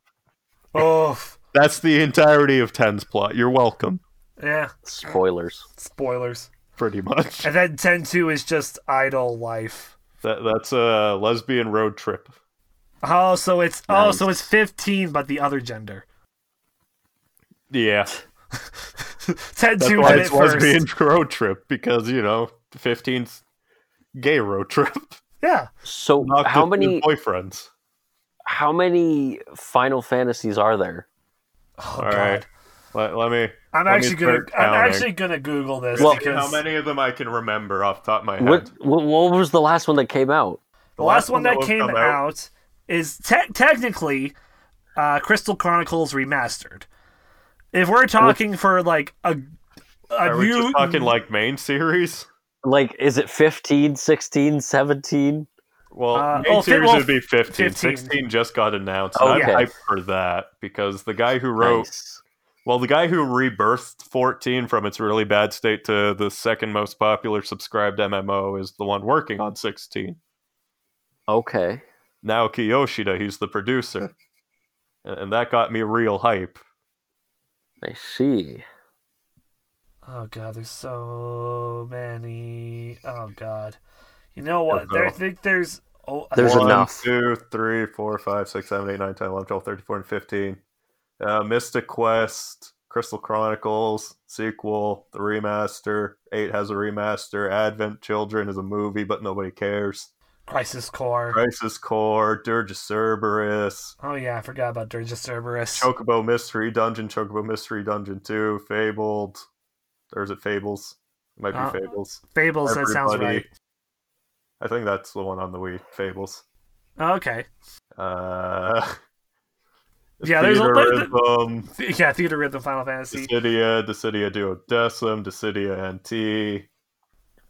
oh
That's the entirety of Ten's plot. You're welcome,
yeah,
Spoilers.
spoilers.
pretty much.
And then ten two is just idle life.
That, that's a lesbian road trip.
Oh, so it's oh,
Nice.
so it's fifteen, but the other gender.
Yeah,
Ten
that's
two
why
went
it's
it first.
lesbian road trip because you know, 15's gay road trip.
Yeah,
So
Not
how
just
many
boyfriends?
how many Final Fantasies are there? Oh,
All right, let, let me.
I'm
let me
actually gonna
start
I'm
counting.
actually gonna Google this
Well-
See how
because
many of them I can remember off the top of my head.
What, what what was the last one that came out?
the last one that
will
came
come
out is te- technically uh, Crystal Chronicles Remastered, If we're talking for like a a
Are we
new
just talking like main series?
Like, is it 15, 16, 17?
Well,
Uh,
main
oh, fi-
series
well,
would be 15.
15.
16 just got announced.
Oh,
and
yeah.
I'm hyped for that because the guy who wrote,
Nice.
well, the guy who rebirthed 14 from its really bad state to the second most popular subscribed MMO is the one working on 16.
Okay.
Naoki Yoshida, he's the producer. And- And that got me real hype.
I see.
Oh god, there's so many. Oh god, you know what?
Here we
There, I
go.
think there's oh, I-
There's
One,
enough.
two, three, four, five, six, seven, eight, nine, 10, 11, 12, 13, 14, 15. Uh, Mystic Quest, Crystal Chronicles, sequel, the remaster. Eight has a remaster. Advent Children is a movie, but nobody cares.
Crisis Core.
Crisis Core, Dirge of Cerberus,
Oh yeah, I forgot about Dirge of Cerberus.
Chocobo Mystery Dungeon, Chocobo Mystery Dungeon 2, Fabled. Or is it Fables? It might be
Uh,
Fables.
Fables. That sounds right.
Everybody- I think that's the one on the Wii, Fables.
Oh, Okay.
Uh,
Yeah, there's a-
Theodorism,
Th- Yeah, Theater Rhythm, Final Fantasy.
Dissidia, Dissidia Duodecim, Dissidia NT.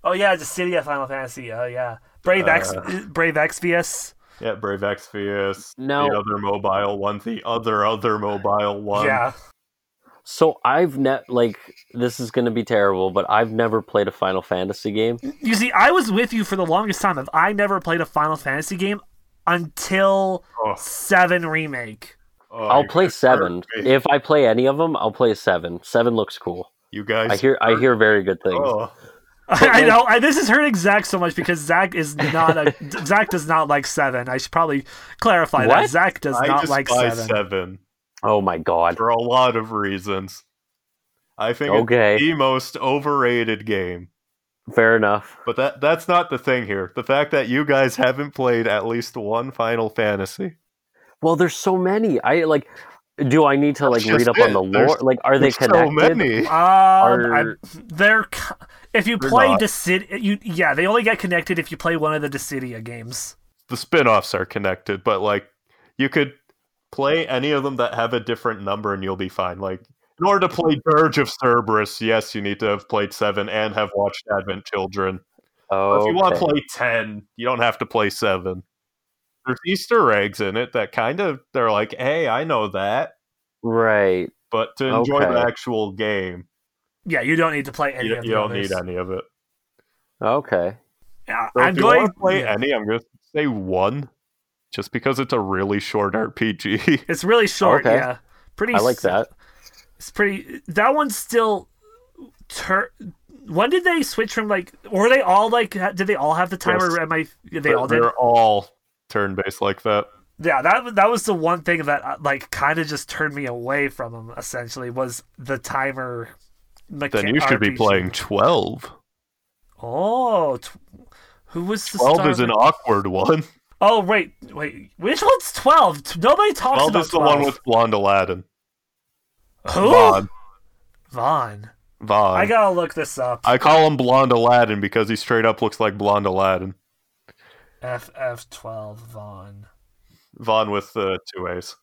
Oh yeah, it's a City of Final Fantasy. Oh yeah, Brave X,
Uh,
Brave XVS.
Yeah, Brave Exvius.
Now,
The other mobile one, the other other mobile one.
Yeah,
so I've net like this is going to be terrible, but I've never played a Final Fantasy game.
you see, I was with you for the longest time. Of I never played a Final Fantasy game until
Oh,
Seven Remake.
oh,
I'll
you
play
guys hurt
seven.
me.
If I play any of them, I'll play seven. Seven looks cool.
you guys,
I hear I hear very good things.
Oh,
I know I, this has hurting Zach so much because Zach is not a Zach does not like seven. I should probably clarify that
What?
Zach does
I
not like
despise seven.
seven.
Oh my god.
for a lot of reasons. I think
Okay.
it's the most overrated game.
Fair enough.
But that that's not the thing here. The fact that you guys haven't played at least one Final Fantasy.
Well, there's so many. I like do I need to like
That's
read
just
up on
it.
the lore?
There's-
like are they
There's
connected?
so many.
Um,
Are-
I- they're c- if you
They're
play
not.
Decid, you yeah, they only get connected if you play one of the Decidia games.
the spin-offs are connected, but like you could play any of them that have a different number and you'll be fine. Like in order to play Dirge of Cerberus, yes, you need to have played seven and have watched Advent Children.
Oh,
But If you want to
okay.
play ten, you don't have to play seven. There's Easter eggs in it that kind of they're like, hey, I know that,
Right.
but to enjoy the
Okay.
actual game,
Yeah, you don't need to play any
you,
of the
you don't
others.
need any of it.
Okay.
Yeah,
So
I'm
if you
going.
want to play
yeah.
any, I'm going to say one, just because it's a really short RPG.
It's really short.
Okay.
Yeah, pretty.
I like
s-
that.
It's pretty. That one's still. Tur- when did they switch from like? Were they all like? ha- Did they all have the timer?
Yes.
Am I? They
They're
all did.
they're all turn based like that.
yeah that that was the one thing that uh, like kind of just turned me away from him essentially was the timer mecha-
Then you should be
RPG.
playing 12.
oh tw- who was the
12
star
is an
of-
awkward one.
oh wait wait which one's 12 T- nobody talks
12
about
is the one with blonde Aladdin.
who
Vaughn.
Vaughn.
Vaughn.
i
I,
gotta look this up
call him blonde Aladdin because he straight up looks like blonde Aladdin.
ff12 Vaughn.
Vaughn with uh, two A's.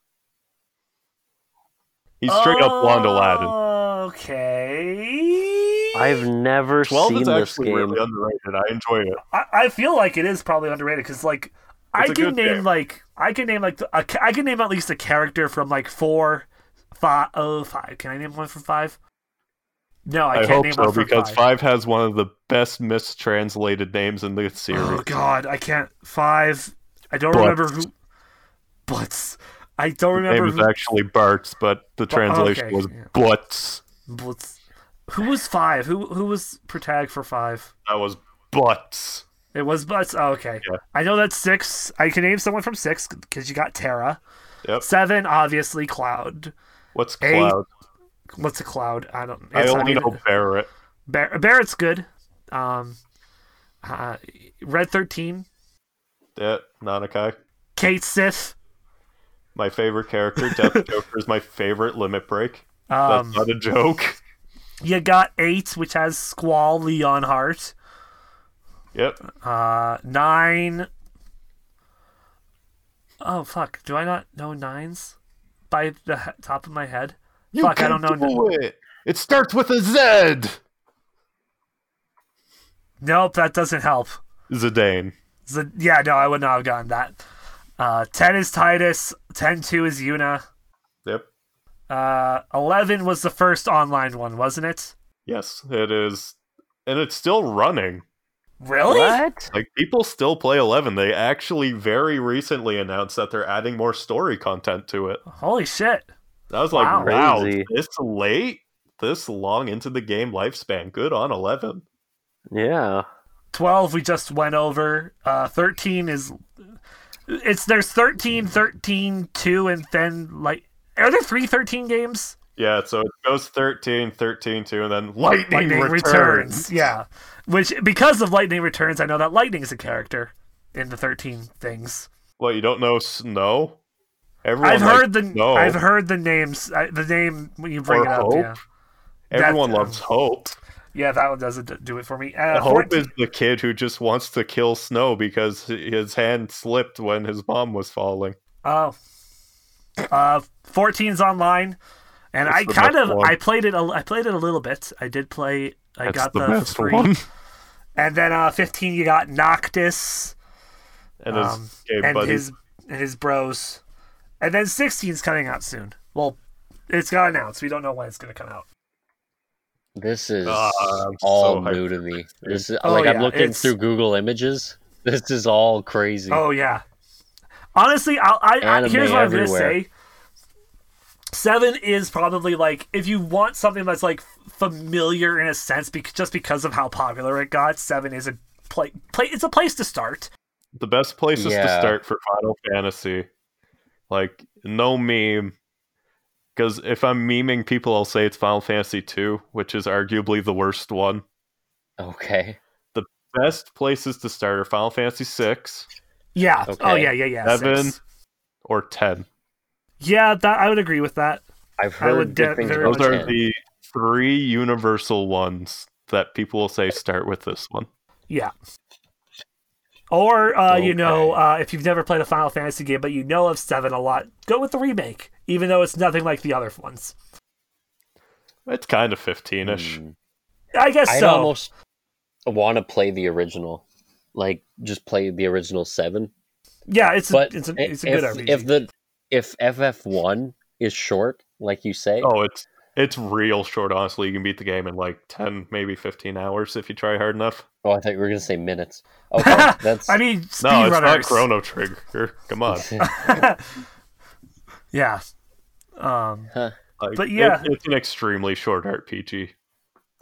He's straight up blonde
Oh.
Aladdin.
okay
I've never
12
seen
is
this
actually
game.
really underrated. I enjoy it.
I, I feel like it is probably underrated because like
It's
I
a
can
good
name
game.
like I can name like the- a ca- I can name at least a character from like four, five, oh five. Can I name one from five? No, I,
I,
can't
hope
name
so
one from
because
five.
5 has one of the best mistranslated names in the series.
Oh god, I can't five. I don't
Butts.
remember who. Butts. I don't
His name
remember
is
who.
actually Bart's, but the translation
okay,
was
yeah.
Butts.
Butts. Who was five? Who who was protag for five?
That was Butts.
It was Butts. Oh, okay.
Yeah.
I know that's six. I can name someone from six because you got Terra.
Yep.
Seven, obviously Cloud.
What's
Eight.
Cloud?
what's a cloud? I don't.
I
It's not
only
even-
know Barrett.
Bar- Barrett's good. Um, uh, Red Thirteen,
Yeah, Nanakai.
Kate Sith.
My favorite character. Death Joker is my favorite limit break. That's
Um,
not a joke.
you got eight, which has Squall, Leon Hart.
Yep.
Uh, nine. Oh fuck! Do I not know nines by the he- top of my head?
You
Fuck, I
can
don't know.
do it. It starts with a Z.
Nope, that doesn't help.
Zidane.
Z- yeah, no, I would not have gotten that. Uh, 10 is Titus, 10 2 is Yuna.
Yep.
Uh, 11 was the first online one, wasn't it?
Yes, it is, and it's still running.
Really?
What?
Like people still play Eleven. They actually very recently announced that they're adding more story content to it.
Holy shit.
I was like,
Wow.
wow,
Crazy.
this late, this long into the game lifespan. Good on Eleven.
Yeah.
12 we just went over. Uh, 13 is. It's there's 13, 13, 2, and then like. Are there three 13 games?
Yeah, so it goes 13, 13, 2, and then lightning, returns.
Yeah. Which, because of Lightning Returns, I know that Lightning is a character in the 13 things.
Well, you don't know Snow? Everyone
I've
likes
heard the
Snow.
I've heard the names I, the name when you bring
Or
it up.
Hope.
Yeah.
Everyone
that- um,
loves Hope.
yeah, that one doesn't d- do it for me. Uh,
Hope
14
is the kid who just wants to kill Snow because his hand slipped when his mom was falling.
oh, uh, 14's online, and
That's
I
the
kind
best
of
one.
I played it a, I played it a little bit. I did play. I
That's
got
the,
the,
best
free,
one.
and then uh, 15 you got Noctis
And his
um,
gay
and
buddy.
his and his bros, and then 16's coming out soon. Well, it's got announced. We don't know when it's going to come out.
This is
Ah, I'm so
all
hyped
new to me. This is
Oh,
like I'm
yeah,
looking
it's-
through Google Images. This is all crazy.
Oh yeah. Honestly, I'll, I, I
Anime
here's what I'm
everywhere.
gonna say. Seven is probably like if you want something that's like familiar in a sense, bec just because of how popular it got. Seven is a play, play. It's a place to start.
the best places to
Yeah.
start for Final Fantasy. Like no meme, because if I'm memeing people, I'll say it's Final Fantasy two, which is arguably the worst one.
Okay.
Best places to start are Final Fantasy six
Yeah. Oh
Okay.
yeah, yeah, yeah.
Seven.
six.
or ten.
Yeah, that I would agree with that.
I've
I would
heard good
de-
things
very
about
Those are
it.
the three universal ones that people will say start with this one.
Yeah. Or uh, you know,
Okay.
uh, if you've never played a Final Fantasy game but you know of Seven a lot, go with the remake, even though it's nothing like the other ones.
It's kind of fifteen ish.
Hmm.
Mm.
I guess
I'd
so.
almost want to play the original, like just play the original seven.
Yeah, it's
But
a, it's a,
i-
it's a
if,
good RPG.
if the if FF one is short, like you say,
Oh, it's it's real short. Honestly, you can beat the game in like ten, maybe fifteen hours if you try hard enough.
oh, I thought you were gonna say minutes. Okay, that's
I mean,
No, it's not
speedrunners.
Chrono Trigger. Come on.
yeah. Um,
Like,
But yeah.
it- it's an extremely short RPG.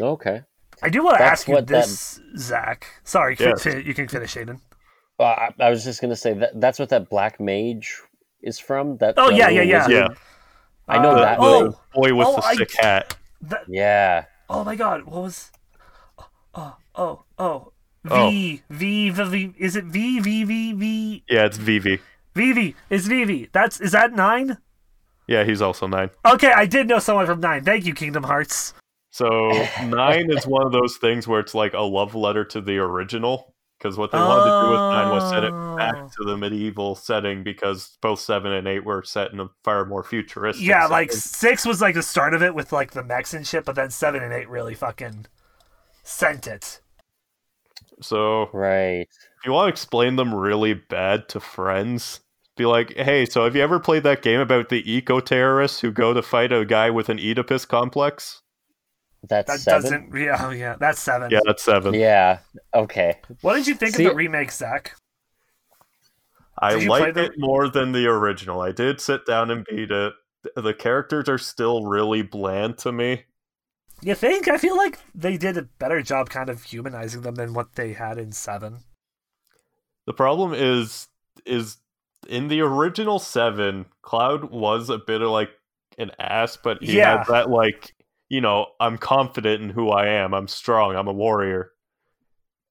okay.
I do want to
That's
ask you
what that-
this, Zach. Sorry, fi-
Yes.
fi- you can finish, Aiden.
Uh, I, I was just gonna say that that's what that black mage is from. That
Oh,
that
yeah, yeah,
little
yeah.
wizard.
Yeah,
I know
Uh,
that.
oh.
one.
boy with
Oh,
the
I-
sick hat.
That,
yeah.
oh my God, what was? Oh, oh, oh.
Oh.
V, v, v, v, is it V, V, V, V,
Yeah, it's Vivi.
V, V, is V, V. That's, is that nine?
Yeah, he's also nine.
Okay, I did know someone from nine. Thank you, Kingdom Hearts.
So nine is one of those things where it's like a love letter to the original. Because what they wanted to do with nine was set it
Oh.
back to the medieval setting because both seven and eight were set in a far more futuristic.
Yeah, like
setting.
six was like the start of it with like the mechs and shit, but then seven and eight really fucking sent it.
so
Right.
if you want to explain them really bad to friends, be like, hey, so have you ever played that game about the eco terrorists who go to fight a guy with an Oedipus complex?
That's
That
7
doesn't. Yeah, oh yeah, that's seven.
Yeah, that's seven.
Yeah. Okay.
What did you think
See-
of the remake, Zach?
I
Did you
like
play the-
it more than the original. I did sit down and beat it. The characters are still really bland to me.
You think? I feel like they did a better job kind of humanizing them than what they had in seven.
The problem is is in the original 7, Cloud was a bit of like an ass, but he
Yeah.
had that like, you know, I'm confident in who I am. I'm strong. I'm a warrior.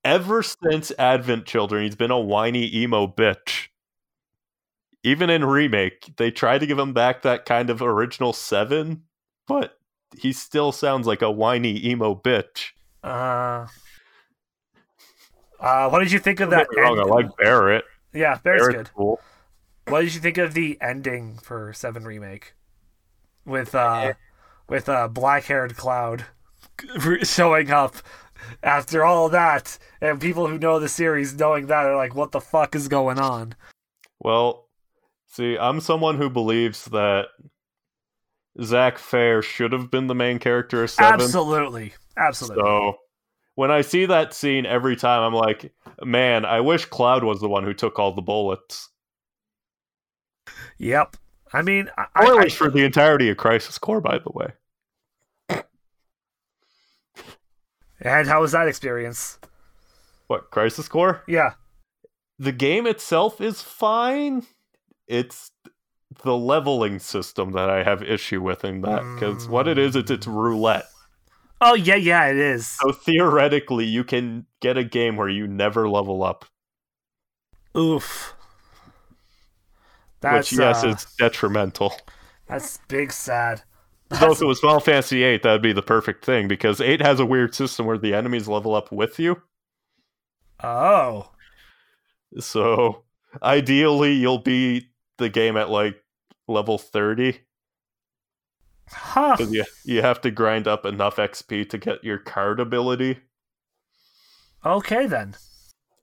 Ever since Advent Children, he's been a whiny emo bitch. Even in remake, they try to give him back that kind of original 7, but he still sounds like a whiny emo bitch.
Uh. Uh, what did you think of
Don't
that?
get me wrong, I
end-
like Barrett.
yeah, there's
Barrett's
good.
cool.
What did you think of the ending for Seven remake? With uh, with a black-haired cloud showing up after all that, and people who know the series knowing that are like, "What the fuck is going on?"
Well, see, I'm someone who believes that Zach Fair should have been the main character of Seven.
Absolutely, absolutely.
So when I see that scene every time, I'm like, man, I wish Cloud was the one who took all the bullets.
Yep. I mean, I, I,
Spoilers
I-
for the entirety of Crisis Core, by the way.
and how was that experience?
What Crisis Core?
Yeah.
The game itself is fine. It's the leveling system that I have issue with in that because what it is, it's
Mm.
it's roulette.
Oh yeah, yeah, it is.
So theoretically, you can get a game where you never level up, Oh.
Oof. That's
which yes
uh,
is detrimental.
that's big sad.
Though if it was Final Fantasy VIII, that'd be the perfect thing because eight has a weird system where the enemies level up with you.
Oh.
So ideally, you'll be the game at like level thirty
Huh.
because you you have to grind up enough XP to get your card ability.
Okay then.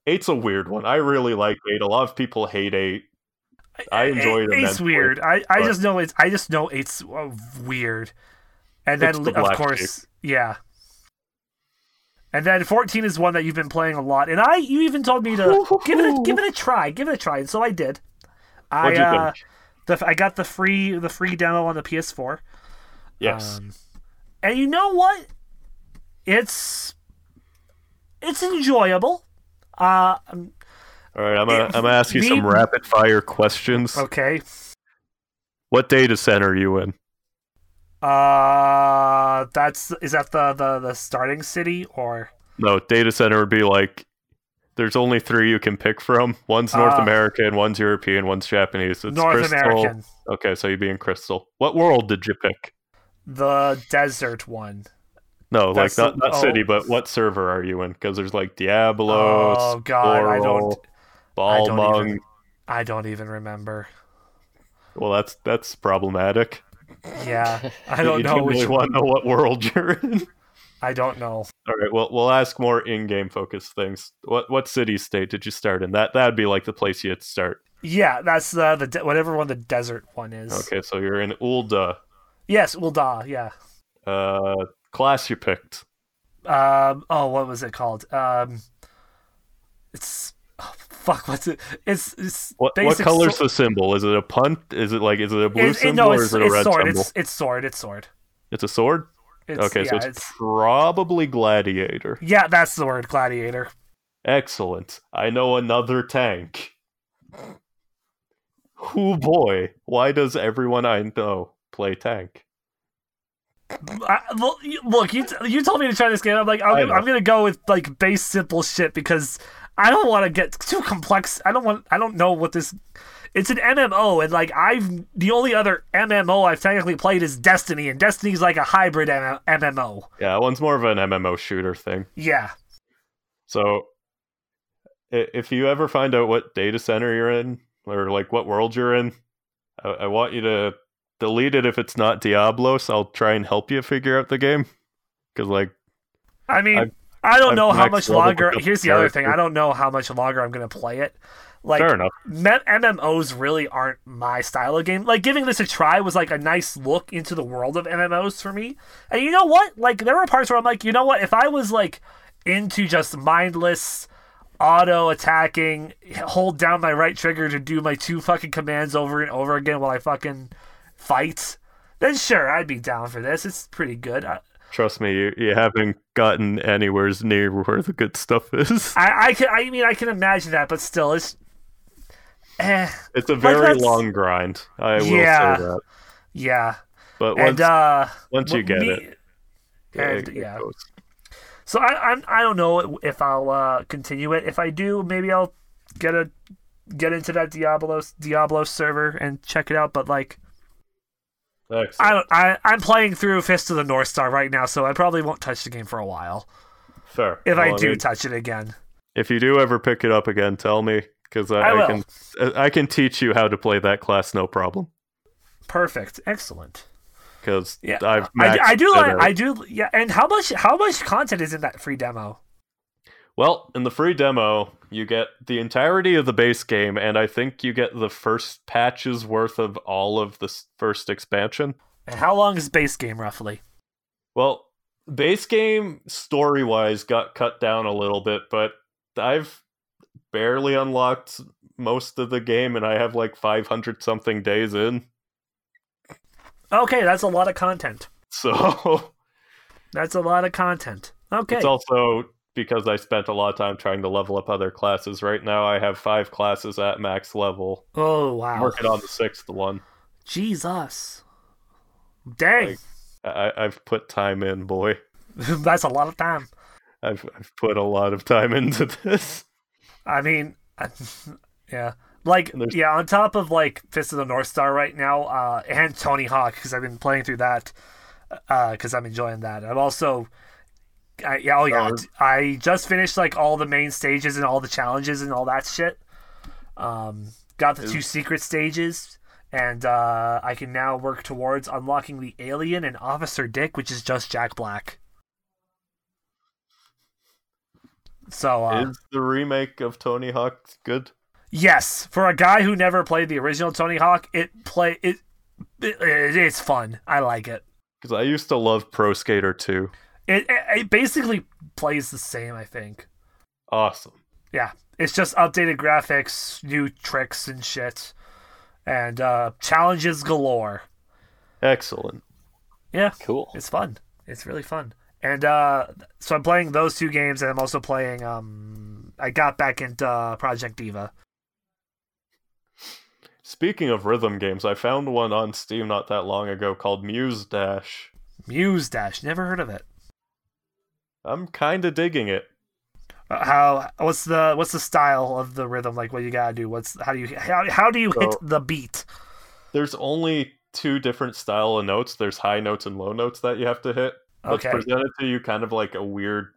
Eight's a weird one. I really like eight. A lot of people hate eight. I enjoyed it.
It's
immensely.
weird. I, I
but-
just know it's I just know it's uh, weird. And then
It's the
li- of
black
course, yeah. And then 14 is one that you've been playing a lot, and I you even told me to give it a, give it a try, give it a try, and so I did. I
What'd you
uh,
think?
the, I got the free the free demo on the PS4.
Yes.
Um, and you know what? It's it's enjoyable. Uh, um,
All right. I'm gonna, I'm
it-
gonna ask you some
me-
rapid fire questions.
okay.
What data center are you in?
Uh, that's is that the the the starting city or
No, data center would be like there's only three you can pick from. One's North
Ah.
American, one's European, one's Japanese. It's
North
Crystal.
American?
Okay, so you'd be in Crystal. What world did you pick?
The desert one.
No,
That's
like not,
the-
not
oh.
city, but what server are you in? Because there's like Diablo,
oh God, I don't I don't
Ballmung.
even- I don't even remember.
Well, that's that's problematic.
Yeah, I
You-
don't
you
know
don't really
which
want to know what world you're in.
I don't know.
All right, well, we'll ask more in-game focused things. What what city state did you start in? That that'd be like the place you'd start.
Yeah, that's uh, the the de- whatever one the desert one is.
Okay, so you're in Ulda.
Yes, Ulda. Yeah.
uh class you picked
um oh what was it called um it's oh, fuck what's it it's, it's
what, what
basic
color's
sw-
the symbol is it a punt is it like is it a blue
it,
symbol
it, no
or
it's,
is it a
it's
red
sword
symbol
it's it's sword it's sword
It's a sword
it's,
okay
yeah,
so it's,
it's
probably gladiator
yeah that's the word gladiator
excellent i know another tank who boy why does everyone i know play tank
I, well, you- look you t- you told me to try this game i'm like
I
i'm,
know.
I'm gonna go with like base simple shit because i don't want to get too complex i don't want i don't know what this it's an MMO, and like I've the only other MMO I've technically played is Destiny, and Destiny's like a hybrid M- MMO.
yeah one's more of an mmo shooter thing
Yeah,
so i- if you ever find out what data center you're in or like what world you're in i, I want you to delete it if it's not diablos i'll try and help you figure out the game because like
I mean,
I've-
I don't
I've
know how
maxed
much
leveled
longer.
up
Here's the other thing: I
character.
don't know how much longer I'm going to play it. Like
fair enough
me- MMOs really aren't my style of game. Like giving this a try was like a nice look into the world of MMOs for me. And you know what? Like there were parts where I'm like, you know what? If I was like into just mindless auto attacking, hold down my right trigger to do my two fucking commands over and over again while I fucking fight, then sure, I'd be down for this. It's pretty good. I,
trust me you, you haven't gotten anywhere near where the good stuff is
I, I can I mean I can imagine that, but still it's eh,
it's a very
that's-
long grind i will
Yeah.
say that
yeah.
but once,
And uh
once you get
me-
it,
and,
it
yeah.
goes.
So I I'm I don't know if I'll uh continue it. If I do, maybe I'll get a get into that Diablo Diablo server and check it out, but like
Excellent.
I don't I I'm playing through Fist of the North Star right now, so I probably won't touch the game for a while.
fair
If
Well,
I do
Oh, mean,
touch it again.
if you do ever pick it up again tell me because I,
I
I,
will.
can I can teach you how to play that class no problem
Perfect. Excellent.
because
Yeah,
I've
I, I do
maxed it
like
out.
I do yeah. And how much how much content is in that free demo?
Well, in the free demo, you get the entirety of the base game, and I think you get the first patches worth of all of the s- first expansion.
And how long is base game roughly?
Well, base game story wise got cut down a little bit, but I've barely unlocked most of the game, and I have like 500 something days in.
Okay, that's a lot of content.
So
That's a lot of content. Okay.
it's also because I spent a lot of time trying to level up other classes. Right now, I have five classes at max level.
oh wow.
Working on the sixth one.
Jesus. Dang.
I, I've put time in, boy.
that's a lot of time.
I've I've put a lot of time into this.
I mean, yeah. Like,
There's-
yeah, on top of like Fist of the North Star right now, uh, and Tony Hawk, because I've been playing through that, because I'm enjoying that. I'm also, I, yeah, oh, yeah,
Or-
I just finished like all the main stages and all the challenges and all that shit. Um, got the two secret stages, and uh, I can now work towards unlocking the alien and Officer Dick, which is just Jack Black. So, uh,
Is the remake of Tony Hawk good?
Yes, for a guy who never played the original Tony Hawk, it play it, it, it- it's fun. I like it.
Because I used to love Pro Skater 2.
It it it basically plays the same, I think.
Awesome.
Yeah, it's just updated graphics, new tricks and shit, and uh, challenges galore.
Excellent.
Yeah,
Cool.
it's fun. It's really fun. And uh, so I'm playing those two games, and I'm also playing. Um, I got back into uh, Project Diva.
Speaking of rhythm games, I found one on Steam not that long ago called Muse Dash.
Muse Dash. Never heard of it.
I'm kinda digging it.
Uh, how what's the what's the style of the rhythm like what you gotta do what's how do you how, how do you hit
So-
the beat
There's only two different style of notes. There's high notes and low notes that you have to hit. That's
Okay.
presented to you kind of like a weird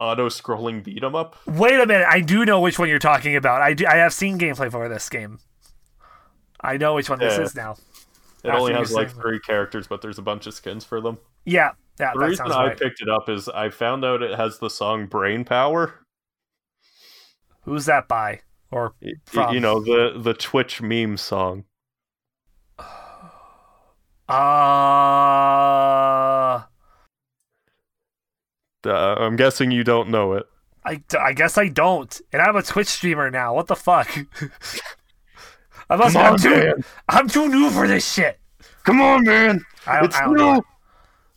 auto scrolling beat 'em up.
wait a minute i do know which one you're talking about i do i have seen gameplay for this game i know which one this
Yeah.
is now
It
I see
only
what
has
you're
like
saying.
three characters, but there's a bunch of skins for them.
yeah yeah Ah,
The
that
reason
sounds
I
right
picked it up is I found out it has the song Brain Power.
who's that by or
Y-
From-
You know, the, the Twitch meme song.
uh
Uh, I'm guessing you don't know it.
I, I guess I don't. And I'm a Twitch streamer now. What the fuck? I must,
Come
I'm,
on,
too,
man.
I'm too new for this shit.
Come on, man!
I don't,
It's
I don't know.
new!
it.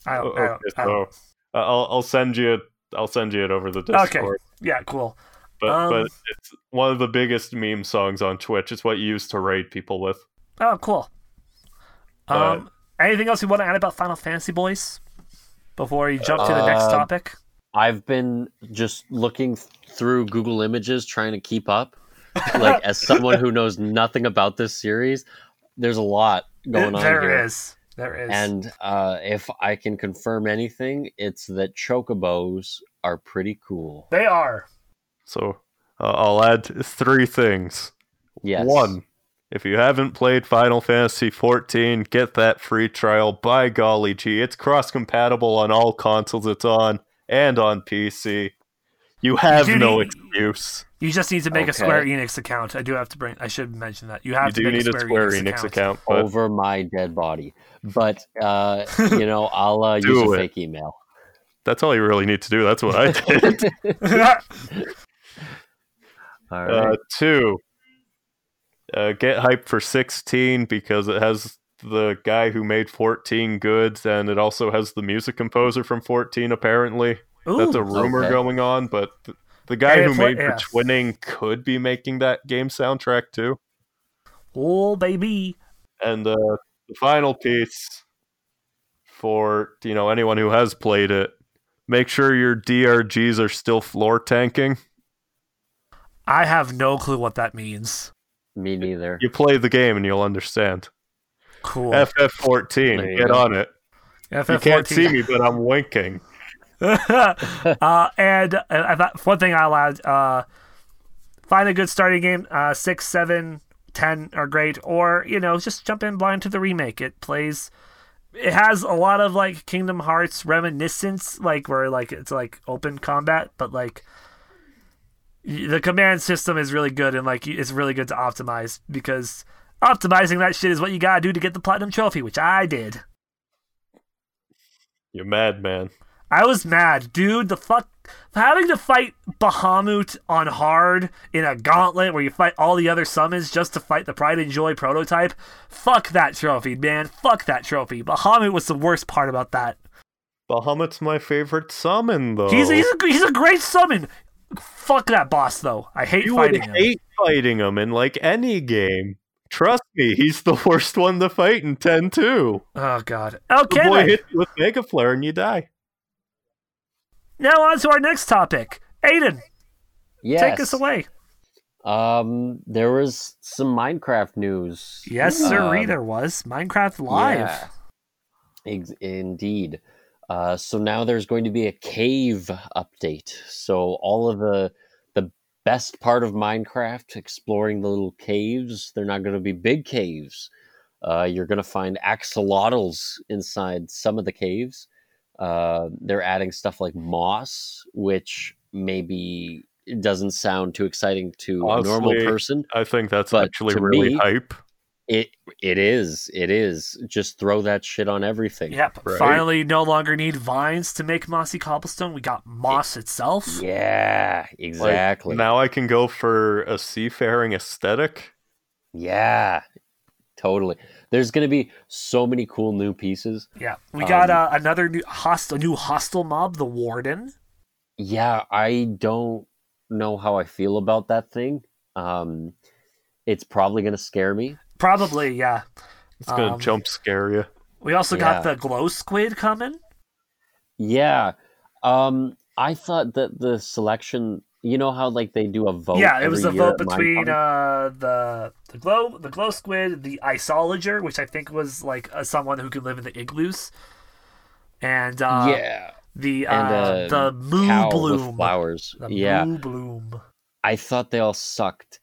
I don't, I
Oh,
don't,
okay,
I don't.
so, uh, I'll, I'll send you I'll send you it over the Discord.
Okay. Yeah, cool.
But,
um,
but it's one of the biggest meme songs on Twitch. It's what you use to raid people with.
Oh, cool.
Uh,
Um, anything else you want to add about Final Fantasy Boys before you jump to the next
Uh,
topic?
I've been just looking through Google Images trying to keep up. Like as someone who knows nothing about this series, there's a lot going on
There
here.
is. There is.
And uh, if I can confirm anything, it's that chocobos are pretty cool.
they are.
So uh, I'll add three things.
Yes.
One, if you haven't played Final Fantasy XIV, get that free trial. By golly gee, it's cross compatible on all consoles it's on and on PC. You have
do
no
need-
excuse.
You just need to make a
Okay.
Square Enix account. I do have to bring. I should mention that you have
You
to
do
make
need
a Square, Enix, account.
but
Over my dead body. But uh, you know, I'll uh, use a
Do it.
fake email.
that's all you really need to do. That's what I did.
All right.
uh, two, uh, get hyped for 16 because it has the guy who made 14 goods and it also has the music composer from 14 apparently. That's a
Ooh,
rumor
Okay.
going on, but th- the guy
Hey,
who
if
made
what-
for
yeah.
Twinning could be making that game soundtrack too.
oh baby.
And uh, the final piece for you know anyone who has played it, make sure your DRGs are still floor tanking.
I have no clue what that means.
Me neither.
You play the game and you'll understand.
Cool.
There
FF14,
you
get
go.
on it.
FF14.
You can't see me, but I'm winking.
uh, and uh, I thought one thing I allowed uh, find a good starting game. Uh, six, seven, ten are great, or you know, just jump in blind to the remake. It plays. it has a lot of like Kingdom Hearts reminiscence, like where like it's like open combat, but like y- the command system is really good and like y- it's really good to optimize because optimizing that shit is what you gotta do to get the platinum trophy, which I did.
You're mad, man.
I was mad, dude. The fuck, having to fight Bahamut on hard in a gauntlet where you fight all the other summons just to fight the Pride and Joy prototype. Fuck that trophy, man. Fuck that trophy. Bahamut was the worst part about that.
Bahamut's my favorite summon, though.
He's he's a, he's a great summon. Fuck that boss though. I hate
you would
fighting him.
hate fighting him in like any game. Trust me, he's the worst one to fight in 10 2.
oh god.
The
Okay.
boy
then.
hits you with Mega Flare and you die.
Now on to our next topic. Aiden,
Yes.
take us away.
Um, there was some Minecraft news.
Yes, sir.
Um,
there was Minecraft Live.
Yeah. Ex- indeed. Uh, so now there's going to be a cave update. So all of the the best part of Minecraft, exploring the little caves, they're not going to be big caves. Uh, you're going to find axolotls inside some of the caves. Uh, they're adding stuff like moss, which maybe doesn't sound too exciting to a normal
Honestly,
person.
I think that's
But
actually
to
really
me-
hype.
It it is it is just throw that shit on everything.
Yep.
Right.
Finally, no longer need vines to make mossy cobblestone. We got moss itself.
Yeah,
Like,
exactly.
now I can go for a seafaring aesthetic.
Yeah, totally. There's going to be so many cool new pieces.
Yeah. We got
Um,
uh, another new host, a new hostile mob, the Warden.
Yeah, I don't know how I feel about that thing. Um, it's probably going to scare me.
Probably, yeah.
It's going to
Um,
jump scare you.
We also got
Yeah.
the glow squid coming.
Yeah. Um, I thought that the selection, you know how like they do a vote.
yeah, it was a
every year
vote
at
between
Minecon?
uh, the the glow the glow squid, the isologer, which I think was like uh, someone who could live in the igloos, and uh,
yeah,
the uh,
and uh,
the moo
cow with
bloom.
flowers.
The
yeah,
moo bloom.
I thought they all sucked.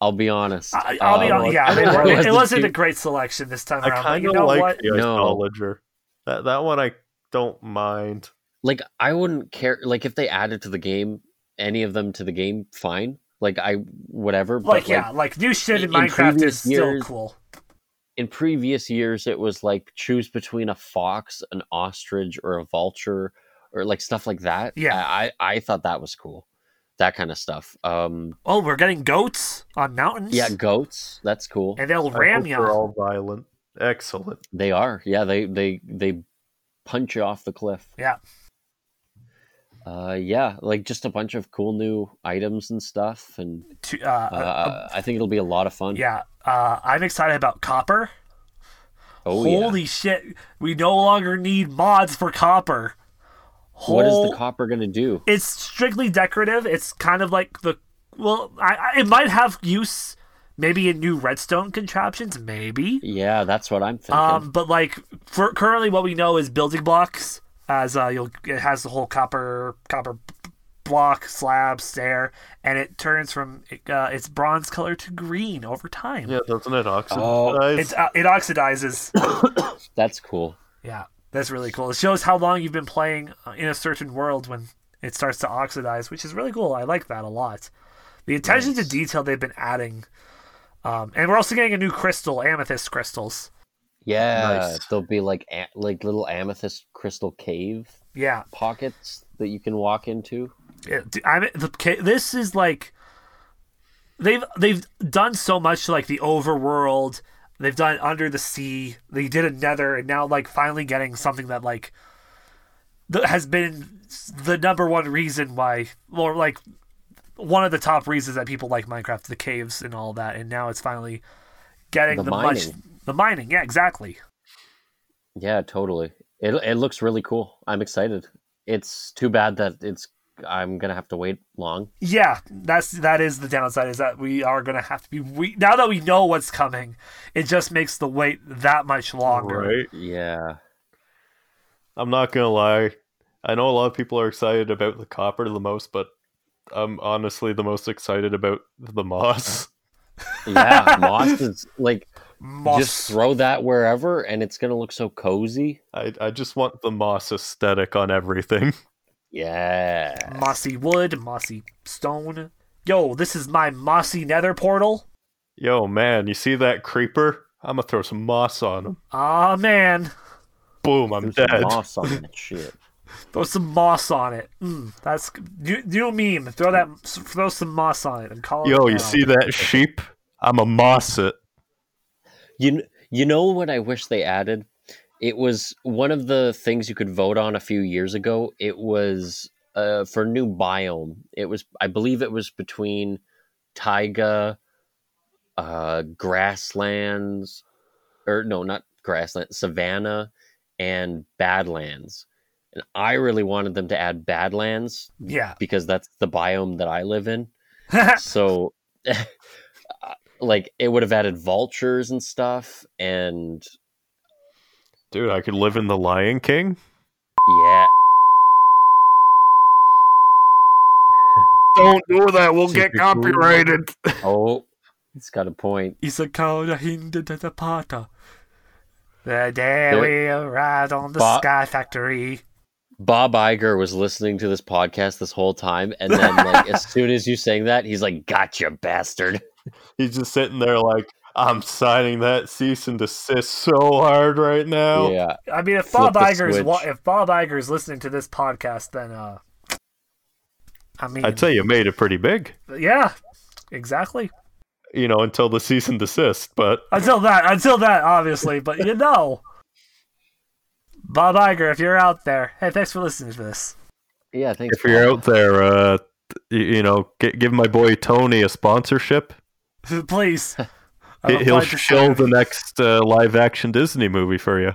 I'll be honest.
I, I'll be
Um,
honest. Yeah,
I
they
don't
weren't- it,
know.
wasn't a
Dude.
great selection this time
I
around. But
kind
you
of
know
like
what?
the
No.
astrologer. That, that one I don't mind.
like I wouldn't care like if they added to the game any of them to the game, fine. Like I whatever.
Like,
but
yeah, like new shit in,
in
Minecraft is
previous
still
years-
cool.
in previous years it was like choose between a fox, an ostrich, or a vulture, or like stuff like that.
Yeah.
I I, I thought that was cool. That kind of stuff. Um
Oh, we're getting goats on mountains.
yeah, goats. That's cool.
and they'll
I
ram
hope
you.
They're all violent. Excellent.
They are. Yeah, they they they punch you off the cliff.
Yeah.
Uh yeah, like just a bunch of cool new items and stuff and
to, uh,
uh,
uh,
I think it'll be a lot of fun.
yeah, uh, I'm excited about copper.
Oh yeah.
Holy shit, we no longer need mods for copper.
What is
Hol-
the copper going to do?
It's strictly decorative. It's kind of like the well, I, I, it might have use maybe in new redstone contraptions, maybe.
Yeah, that's what I'm thinking.
Um, but like for currently, what we know is building blocks. As uh, you'll, it has the whole copper copper b- block slab stair, and it turns from uh, its bronze color to green over time.
Yeah, doesn't it oxidize?
Oh,
It's uh, it oxidizes.
that's cool.
yeah, that's really cool. It shows how long you've been playing uh, in a certain world when it starts to oxidize, which is really cool. I like that a lot. The attention to detail they've been adding, um, and we're also getting a new crystal, amethyst crystals.
Yeah,
Nice.
there'll be like a- like little amethyst crystal cave
Yeah,
pockets that you can walk into.
Yeah, dude, I'm the ca- this is like they've they've done so much to, like the overworld. They've done under the sea. They did a nether, and now like finally getting something that like th- has been the number one reason why, or like one of the top reasons that people like Minecraft, the caves and all that. And now it's finally getting
The
the, much
mining.
the mining. Yeah, exactly.
Yeah, totally. It it looks really cool. I'm excited. It's too bad that it's I'm going to have to wait long.
Yeah, that's that is the downside is that we are gonna have to be we now that we know what's coming, it just makes the wait that much longer.
Right?
Yeah.
I'm not gonna lie. I know a lot of people are excited about the copper the most, but I'm honestly the most excited about the moss.
Yeah, moss is like
Moss.
Just throw that wherever, and it's gonna look so cozy.
I, I just want the moss aesthetic on everything.
Yeah.
mossy wood, mossy stone. Yo, this is my mossy nether portal.
Yo, man, you see that creeper? I'm gonna throw some moss on him.
Ah man,
Boom, I'm
Throw some
dead.
moss on that shit.
throw some moss on it. Mm, that's new, new meme. Throw that, throw some moss on it and call it.
Yo, you
down.
see that sheep? I'm a moss it.
You kn- you know what I wish they added? It was one of the things you could vote on a few years ago. It was uh, for new biome. It was I believe it was between taiga, uh, grasslands, or no, not grassland, savannah, and badlands. And I really wanted them to add badlands
Yeah.
because that's the biome that I live in. so, uh, like, it would have added vultures and stuff, and
Dude, I could live in the Lion King.
yeah,
Don't do that. We'll get
Super cool.
copyrighted.
oh, it's got a point.
Isakara hinda da da pata. The day
There-
we arrived on the
Ba-
Sky Factory.
Bob Iger was listening to this podcast this whole time, and then like as soon as you sang that, he's like, "Gotcha, bastard!"
He's just sitting there like, I'm signing that cease and desist so hard right now.
Yeah,
I mean, if
Flip
Bob
the
Iger is wa-
switch.
if Bob Iger is listening to this podcast, then uh, I mean,
I'd say you made it pretty big,
yeah, exactly.
you know, until the cease and desist, but
Until that, until that, obviously, but you know, Bob Iger, if you're out there, hey, thanks for listening to this.
yeah. Thanks.
if you're
Bob.
out there, uh, you, you know, g- give my boy Tony a sponsorship.
Please, I
He-
don't
He'll
mind the
show
show.
the next uh, live action Disney movie for you.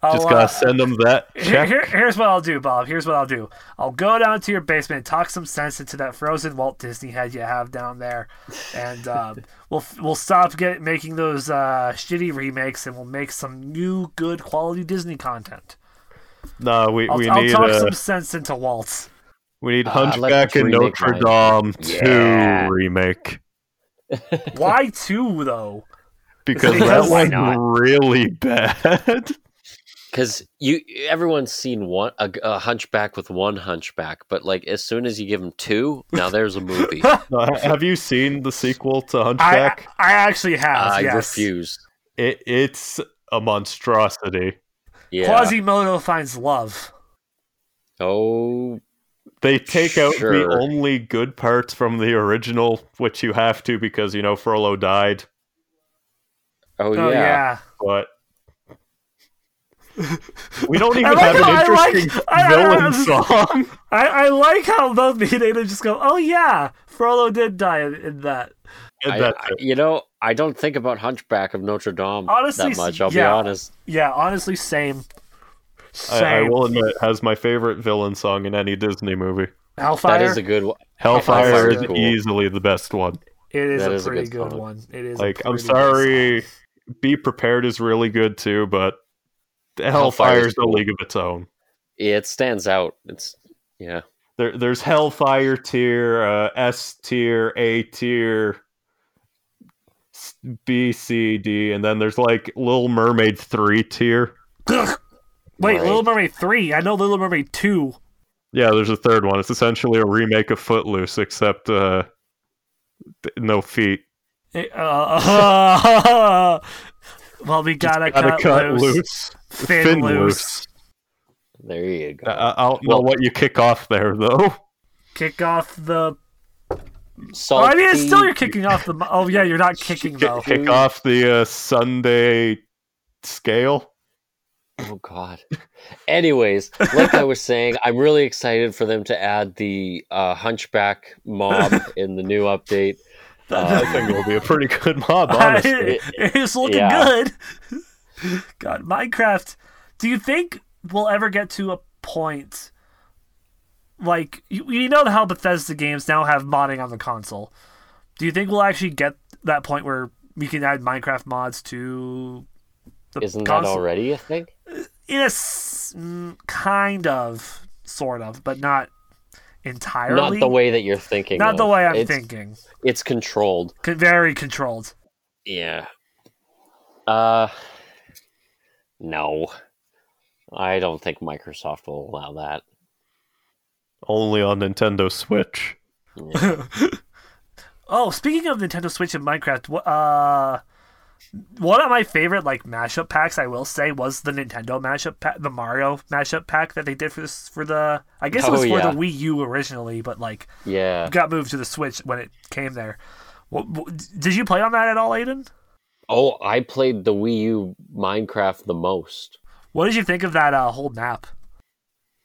I'll,
Just
uh,
gotta send him that
Here,
check.
here, here's what I'll do, Bob. Here's what I'll do. I'll go down to your basement, talk some sense into that frozen Walt Disney head you have down there, and um, we'll we'll stop get, making those uh, shitty remakes, and we'll make some new good quality Disney content.
Nah, we,
I'll,
we
I'll
need
talk
uh,
some sense into Walt.
we need
Uh, I'd like
Hunchback
to
and
remake
Notre Dame
Yeah.
two remake
Why two though?
because
Because
that
why
was
not?
really bad.
because you everyone's seen one a, a hunchback with one hunchback, but like as soon as you give him two, now there's a movie.
No, ha- Uh, have you seen the sequel to
I,
Hunchback?
I actually have.
I
yes.
refuse.
It, it's a monstrosity.
Yeah.
Quasimodo finds love.
oh,
They take out the
Sure.
only good parts from the original, which you have to because you know Frollo died.
oh
Oh,
yeah.
yeah.
But we don't
I
even
like
have
how
an
I like-
interesting
I- I- I-
villain song.
I, I like how both me and Ada just go, oh yeah, Frollo did die in, in that.
And
I,
that's
I-
it.
you know, I don't think about Hunchback of Notre Dame
Honestly,
that much. I'll be
yeah.
honest.
Yeah, honestly, same. Same.
I, I will admit, it has my favorite villain song in any Disney movie.
Hellfire.
That is a good one.
Hellfire,
Hellfire
is
is cool.
easily the best one.
it is
that
a
is a
pretty
good
good,
song.
one. It is. a
Like, I'm
pretty good
sorry, Be Prepared is really good too, but
Hellfire
Hellfire
is
is a
cool.
league of its own.
It stands out. It's yeah.
There, there's Hellfire tier, uh, S tier, A tier, s- B, C, D, and then there's like Little Mermaid 3 tier.
song. Wait,
Right.
Little Mermaid three. I know Little Mermaid two.
Yeah, there's a third one. It's essentially a remake of Footloose, except uh, th- no feet.
It- uh, well, we gotta,
Gotta
cut, loose. Fin,
Fin
loose.
loose.
There you go.
I, I don't know what you kick off there though.
Kick off the. Oh,
Salty.
I mean, it's still you're kicking off the. Oh yeah, you're not kicking though.
Kick, kick off the uh, Sunday scale.
Oh God. Anyways, like I was saying, I'm really excited for them to add the uh, Hunchback mob in the new update.
I
Um,
think it'll be a pretty good mob, honestly.
it's looking
Yeah.
good. God, Minecraft. Do you think we'll ever get to a point like you, you know how Bethesda games now have modding on the console? Do you think we'll actually get that point where we can add Minecraft mods to the
isn't that
console?
already a thing?
Yes, mm, kind of, sort of, but not entirely.
Not the way that you're thinking.
Not the
of.
way I'm
It's-
thinking.
It's controlled.
Con- Very controlled.
Yeah. Uh, no, I don't think Microsoft will allow that.
Only on Nintendo Switch.
Oh, speaking of Nintendo Switch and Minecraft, wh- uh, one of my favorite like mashup packs, I will say, was the Nintendo mashup pack, the Mario mashup pack that they did for this for the. I guess it was
Oh,
for
yeah.
the Wii U originally, but like
Yeah.
got moved to the Switch when it came there. Wh- wh- Did you play on that at all, Aiden?
Oh, I played the Wii U Minecraft the most.
What did you think of that uh, whole map?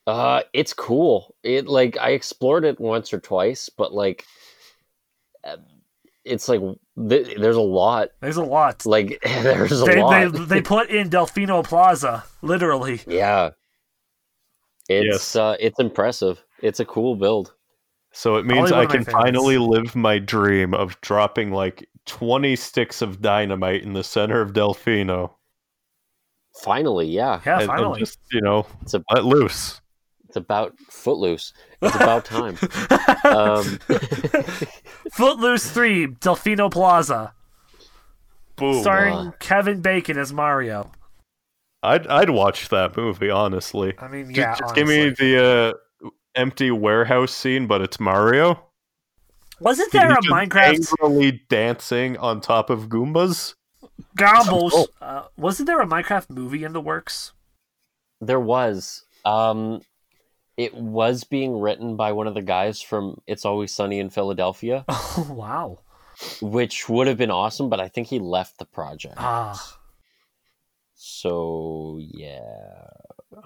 Uh, it's cool. It like I explored it once or twice, but like, uh, it's like th- there's a lot.
There's a lot.
Like there's a
they,
lot.
they they put in Delfino Plaza literally.
yeah, it's
Yes.
uh, it's impressive. It's a cool build.
So it means
Probably one
I
of my
can
favorites.
finally live my dream of dropping like 20 sticks of dynamite in the center of Delfino.
Finally, yeah,
Yeah,
and, and
finally.
just, you know,
it's a,
let loose.
it's about Footloose. It's about time. um,
Footloose 3, Delfino Plaza,
Boom.
starring Kevin Bacon as Mario.
I'd, I'd watch that movie, honestly.
I mean,
Ju-
yeah.
just, give me
honestly.
the uh, empty warehouse scene, but it's Mario.
Wasn't there
He's
a
just
Minecraft
Angrily dancing on top of Goombas.
Gobbles?
Oh.
Uh, wasn't there a Minecraft movie in the works?
there was um, it was being written by one of the guys from It's Always Sunny in Philadelphia.
Oh wow!
which would have been awesome, but I think he left the project.
Ah,
So yeah,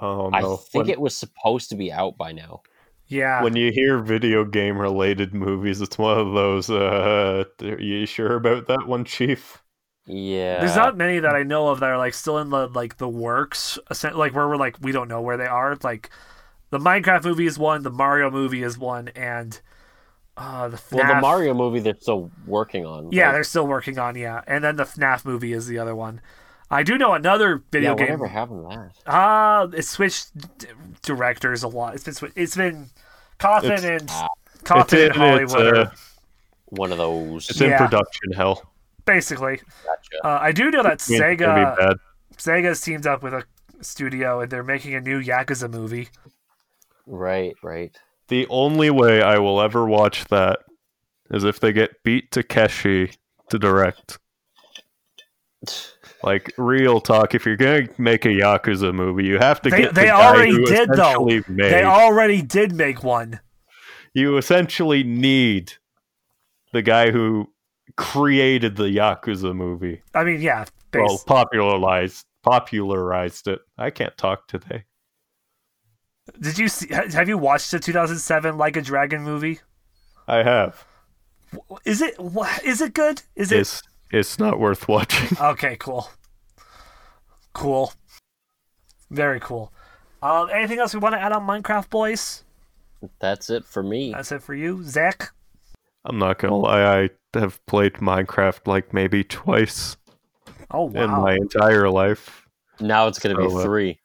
Oh, no.
I think
when,
it was supposed to be out by now.
yeah.
when you hear video game related movies, it's one of those. Uh, are you sure about that one, Chief?
Yeah,
There's not many that I know of that are like still in the like the works, assen- like where we're like we don't know where they are. Like the Minecraft movie is one, the Mario movie is one, and uh, the FNAF,
well the Mario movie they're still working on.
Yeah,
like,
they're still working on yeah, and then the FNAF movie is the other one. I do know another video
yeah.
game.
Whatever happened to that?
Uh it's switched d- directors a lot. It's been swi- it's been Coffin
It's-
and Coffin and
It's in its,
Hollywood,
uh,
are-
One of those.
it's
Yeah.
in production hell.
basically.
Gotcha.
Uh, I do know that
It's gonna be
Sega
bad.
Sega's teamed up with a studio and they're making a new Yakuza movie.
Right, right.
The only way I will ever watch that is if they get beat Takeshi to direct. Like real talk, if you're gonna make a Yakuza movie, you have to
They-
get
they
the guy
already
who
did, though.
essentially Made.
They already did make one.
you essentially need the guy who created the Yakuza movie.
I mean, yeah, base.
Well, popularized popularized it. I can't talk today.
Did you see ha- have you watched the 2007 Like a Dragon movie?
I have.
W- Is it wha- is it good? Is it
It's it's not worth watching.
Okay, cool. Cool. Very cool. Um, anything else we want to add on Minecraft, boys?
That's it for me.
That's it for you, Zach.
I'm not gonna lie. I have played Minecraft like maybe twice.
Oh
in
wow!
my entire life.
Now it's gonna be
So, uh,
three.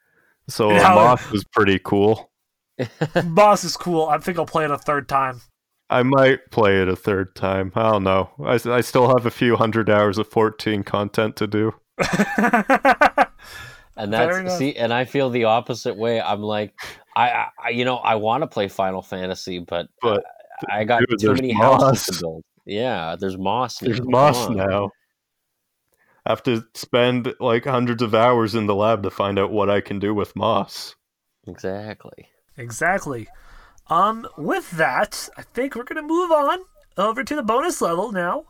So
And
a
how-
moth was pretty cool.
Boss is cool. I think I'll play it a third time.
I might play it a third time. I don't know. I, s- I still have a few hundred hours of 14 content to do.
And
Fair
that's
enough.
see, and I feel the opposite way. I'm like, I, I- I you know, I want to play Final Fantasy, but uh,
But,
I, I got
dude,
too
there's
many
moss.
houses to build. Yeah, there's moss. now.
There's
Come
moss
on.
now. I have to spend like hundreds of hours in the lab to find out what I can do with moss.
Exactly.
Exactly. Um, with that, I think we're gonna move on over to the bonus level now,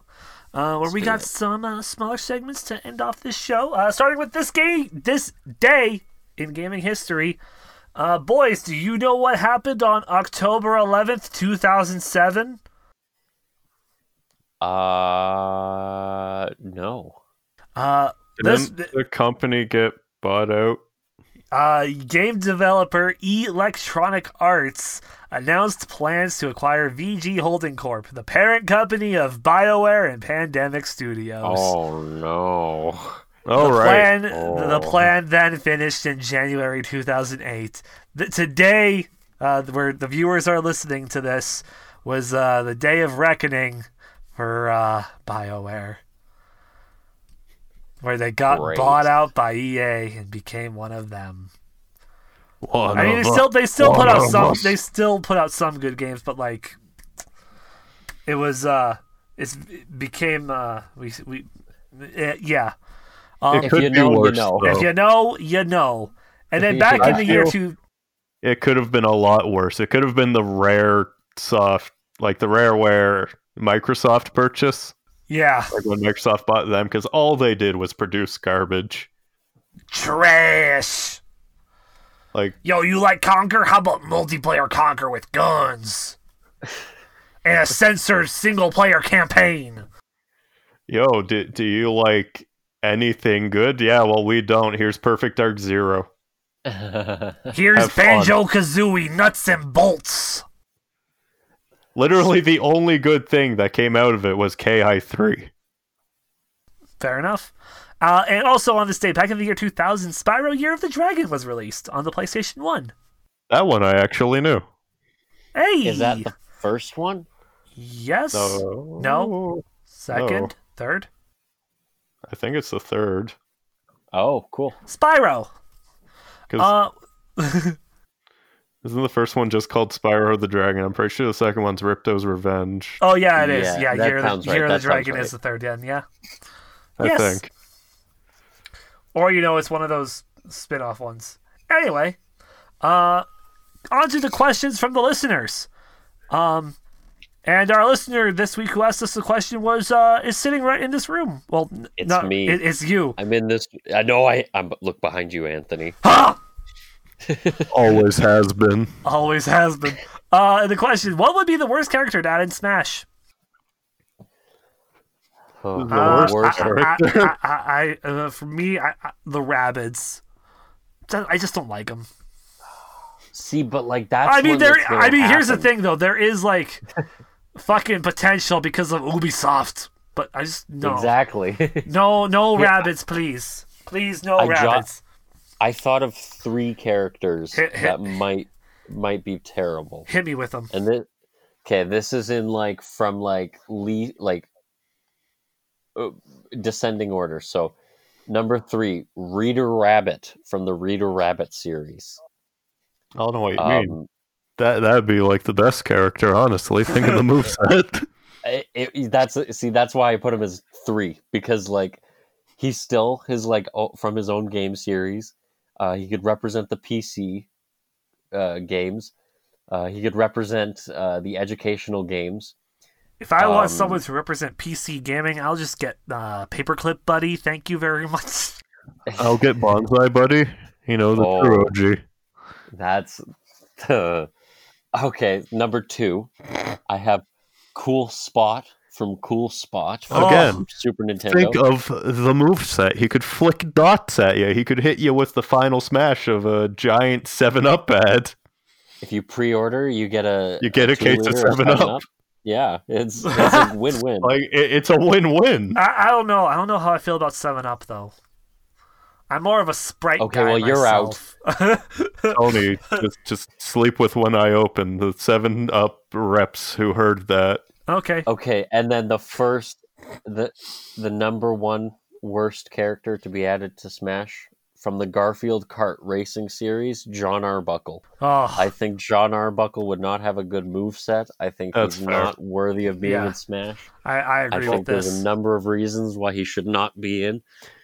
uh, where we
do
got
it.
some uh, smaller segments to end off this show. Uh, starting with this game, this day in gaming history. Uh, boys, do you know what happened on October eleventh, two thousand seven?
Uh, no.
Uh, this
Didn't the company get bought out?
Uh, game developer Electronic Arts announced plans to acquire VG Holding Corp, the parent company of BioWare and Pandemic Studios.
Oh no.
All
the
right.
Plan,
Oh.
The plan then finished in January 2008. Th- today, uh, where the viewers are listening to this, was uh, the day of reckoning for uh, BioWare. where they got
Great.
bought out by EA and became one of them.
One
I mean, they
of
still
us.
they still put
One
out
of
some
us.
they still put out some good games, but like it was uh it's it became uh we we eh, yeah Um,
It
If
could
you
be
know, you
worse.
know.
though.
if you know you know. And then
you
back in
think
the
I
year
feel-
two,
It could have been a lot worse. It could have been the rare soft, like the rareware Microsoft purchase,
yeah,
like when Microsoft bought them, because all they did was produce garbage.
trash.
Like
Yo, you like Conquer? How about multiplayer Conquer with guns? And a censored single player campaign.
Yo, do, do you like anything good? Yeah, well, we don't. Here's Perfect Dark Zero.
Here's
Have fun.
Banjo Kazooie Nuts and Bolts.
Literally, the only good thing that came out of it was KI3.
Fair enough. Uh, and also on this day, back in the year 2000, Spyro Year of the Dragon was released on the PlayStation 1.
That one I actually knew.
Hey!
Is that the first one?
Yes.
No.
No. Second, third.
I think it's the third.
Oh, cool.
Spyro.
'Cause
Uh,
isn't the first one just called Spyro the Dragon? I'm pretty sure the second one's Ripto's Revenge,
oh, yeah, it is.
Yeah,
Yeah,
that
Year, of
sounds
the,
right,
Year
that
of
sounds
the Dragon is
right.
the third one, yeah.
I
Yes.
think.
or you know it's one of those spin-off ones anyway uh on to the questions from the listeners um and our listener this week who asked us the question was uh is sitting right in this room well n-
It's
not
me.
it- it's you
I'm in this. I know. I I'm look behind you, Anthony.
ha!
Always has been.
always has been uh and the question what would be the worst character to add in smash
Oh,
The
Uh,
worst
I,
character.
I, I, I, I- uh, for me I, I, the rabbits i just don't like them
See, but like that's.
I mean,
when
there.
it's gonna
I mean, here's the
happen.
thing, though. There is like fucking potential because of Ubisoft, but I just no,
Exactly.
no, no
Yeah.
rabbits, please, please, no
I jo-
rabbits.
I thought of three characters
Hit- hit-
that might might be terrible,
Hit me with them.
and this. Okay, this is in like from like le- like uh, descending order. So, number three, Reader Rabbit from the Reader Rabbit series.
I don't know what you mean.
Um,
That that'd be like the best character, honestly. Think of the moveset.
it, it, that's see that's why i put him as three because like he's still his like o- from his own game series uh he could represent the pc uh games uh he could represent uh the educational games
If I want
Um,
someone to represent PC gaming, I'll just get uh, Paperclip Buddy. Thank you very much.
I'll get Bonsai Buddy. You know the
Oh.
true OG.
that's okay number two i have cool spot from cool spot from
Again.
super Oh. nintendo
Oh, Think of the moveset. He could flick dots at you. He could hit you with the final smash of a giant 7 Up ad.
if you pre-order you get a
You get a
two
case of
liter
7 Up.
yeah it's, it's a win-win
Like, it, it's a win win.
I, I don't know. I don't know how I feel about Seven Up though. I'm more of a Sprite
Okay,
guy
well, you're out.
out.
Tony, just, just sleep with one eye open. The 7 Up reps who heard that.
okay.
Okay, and then the first, the the number one worst character to be added to Smash from the Garfield Kart Racing series, John Arbuckle.
Oh,
I think John Arbuckle would not have a good move set. I think
That's
he's
fair.
not worthy of being
Yeah.
in Smash.
I, I
I
agree with
think
this.
there's a number of reasons why he should not be in.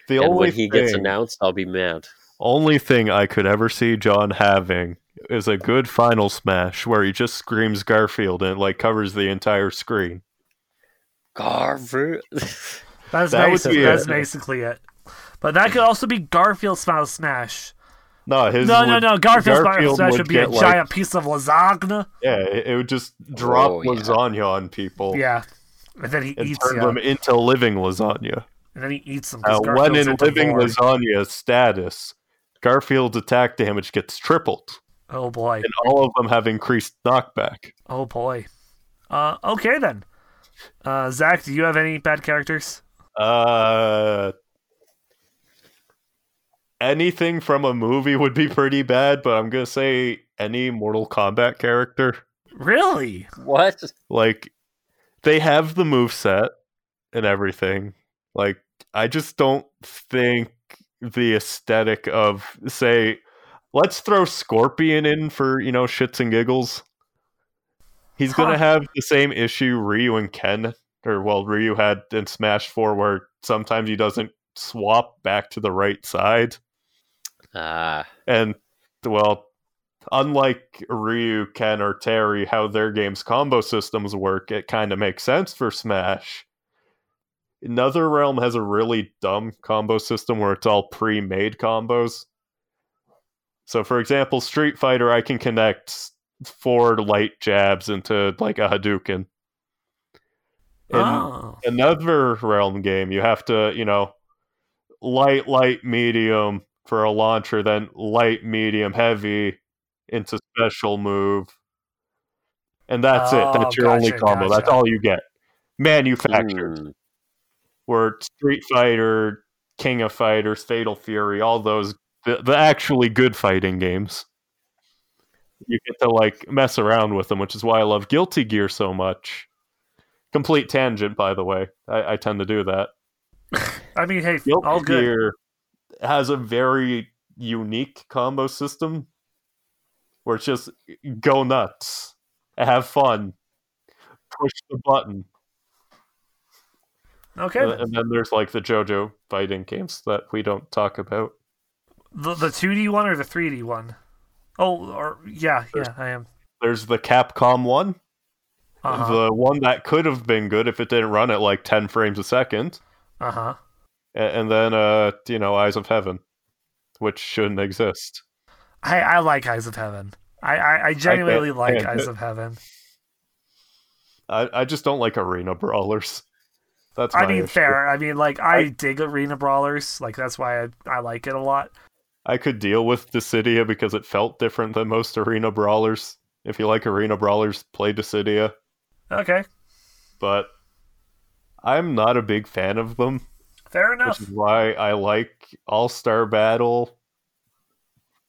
The
and
only
when he
thing,
gets announced, I'll be mad.
only thing I could ever see John having is a good final smash where he just screams Garfield and it like covers the entire screen.
Garfield.
That's
That would
basic,
be
that's
it.
basically it. But that could also be Garfield style smash.
No, his
No,
would,
no, no. Garfield, style
Garfield
smash would
would
be a
get, like-
giant piece of lasagna.
Yeah, it it would just drop
Oh, yeah.
lasagna on people.
Yeah. And then he
Oh. and
eats
turn
ya.
them into living lasagna.
And then he eats them. 'cause
Uh, when
Garfield's
in
into
living
war.
lasagna status, Garfield's attack damage gets tripled,
Oh boy.
and all of them have increased knockback.
Oh boy. Uh, okay then. Uh, Zach, do you have any bad characters?
Uh, anything from a movie would be pretty bad, but I'm gonna say any Mortal Kombat character.
Really?
what?
Like, they have the moveset and everything. Like, I just don't think the aesthetic of, say, let's throw Scorpion in for, you know, shits and giggles. He's going
Huh.
to have the same issue Ryu and Ken, or, well, Ryu had in Smash 4, where sometimes he doesn't swap back to the right side.
Ah,
And well, unlike Ryu, Ken, or Terry, how their games combo systems work, it kind of makes sense for Smash. Another Realm has a really dumb combo system where it's all pre-made combos. So, for example, Street Fighter, I can connect s- four light jabs into like a Hadouken. In
oh.
another realm game you have to you know light light medium for a launcher then light medium heavy into special move and that's it
Oh,
that's your only
gotcha,
combo that's
gotcha.
all you get manufactured
Hmm.
mm.
where street fighter king of fighters fatal fury all those the, the actually good fighting games you get to like mess around with them which is why i love guilty gear so much complete tangent by the way i, I tend to do that
I mean, hey,
Guilty
all good.
Gear has a very unique combo system where it's just go nuts, have fun, push the button,
Okay.
and, and then there's like the JoJo fighting games that we don't talk about.
The the two D one or the three D one? Oh, or yeah, yeah, I am.
There's the Capcom one,
Uh
the one that could have been good if it didn't run at like 10 frames a second,
huh. Uh huh.
a- and, then uh, you know Eyes of Heaven, which shouldn't exist.
I I like Eyes of Heaven. I I, I genuinely like
stand
Eyes
it.
of Heaven.
I, I just don't like arena brawlers. That's
I
my
mean,
issue.
fair. I mean, like I, dig arena brawlers. Like that's why I, I like it a lot.
I could deal with Dissidia because it felt different than most arena brawlers. If you like arena brawlers, play Dissidia,
Okay,
but I'm not a big fan of them,
fair
which
enough.
is why I like All Star Battle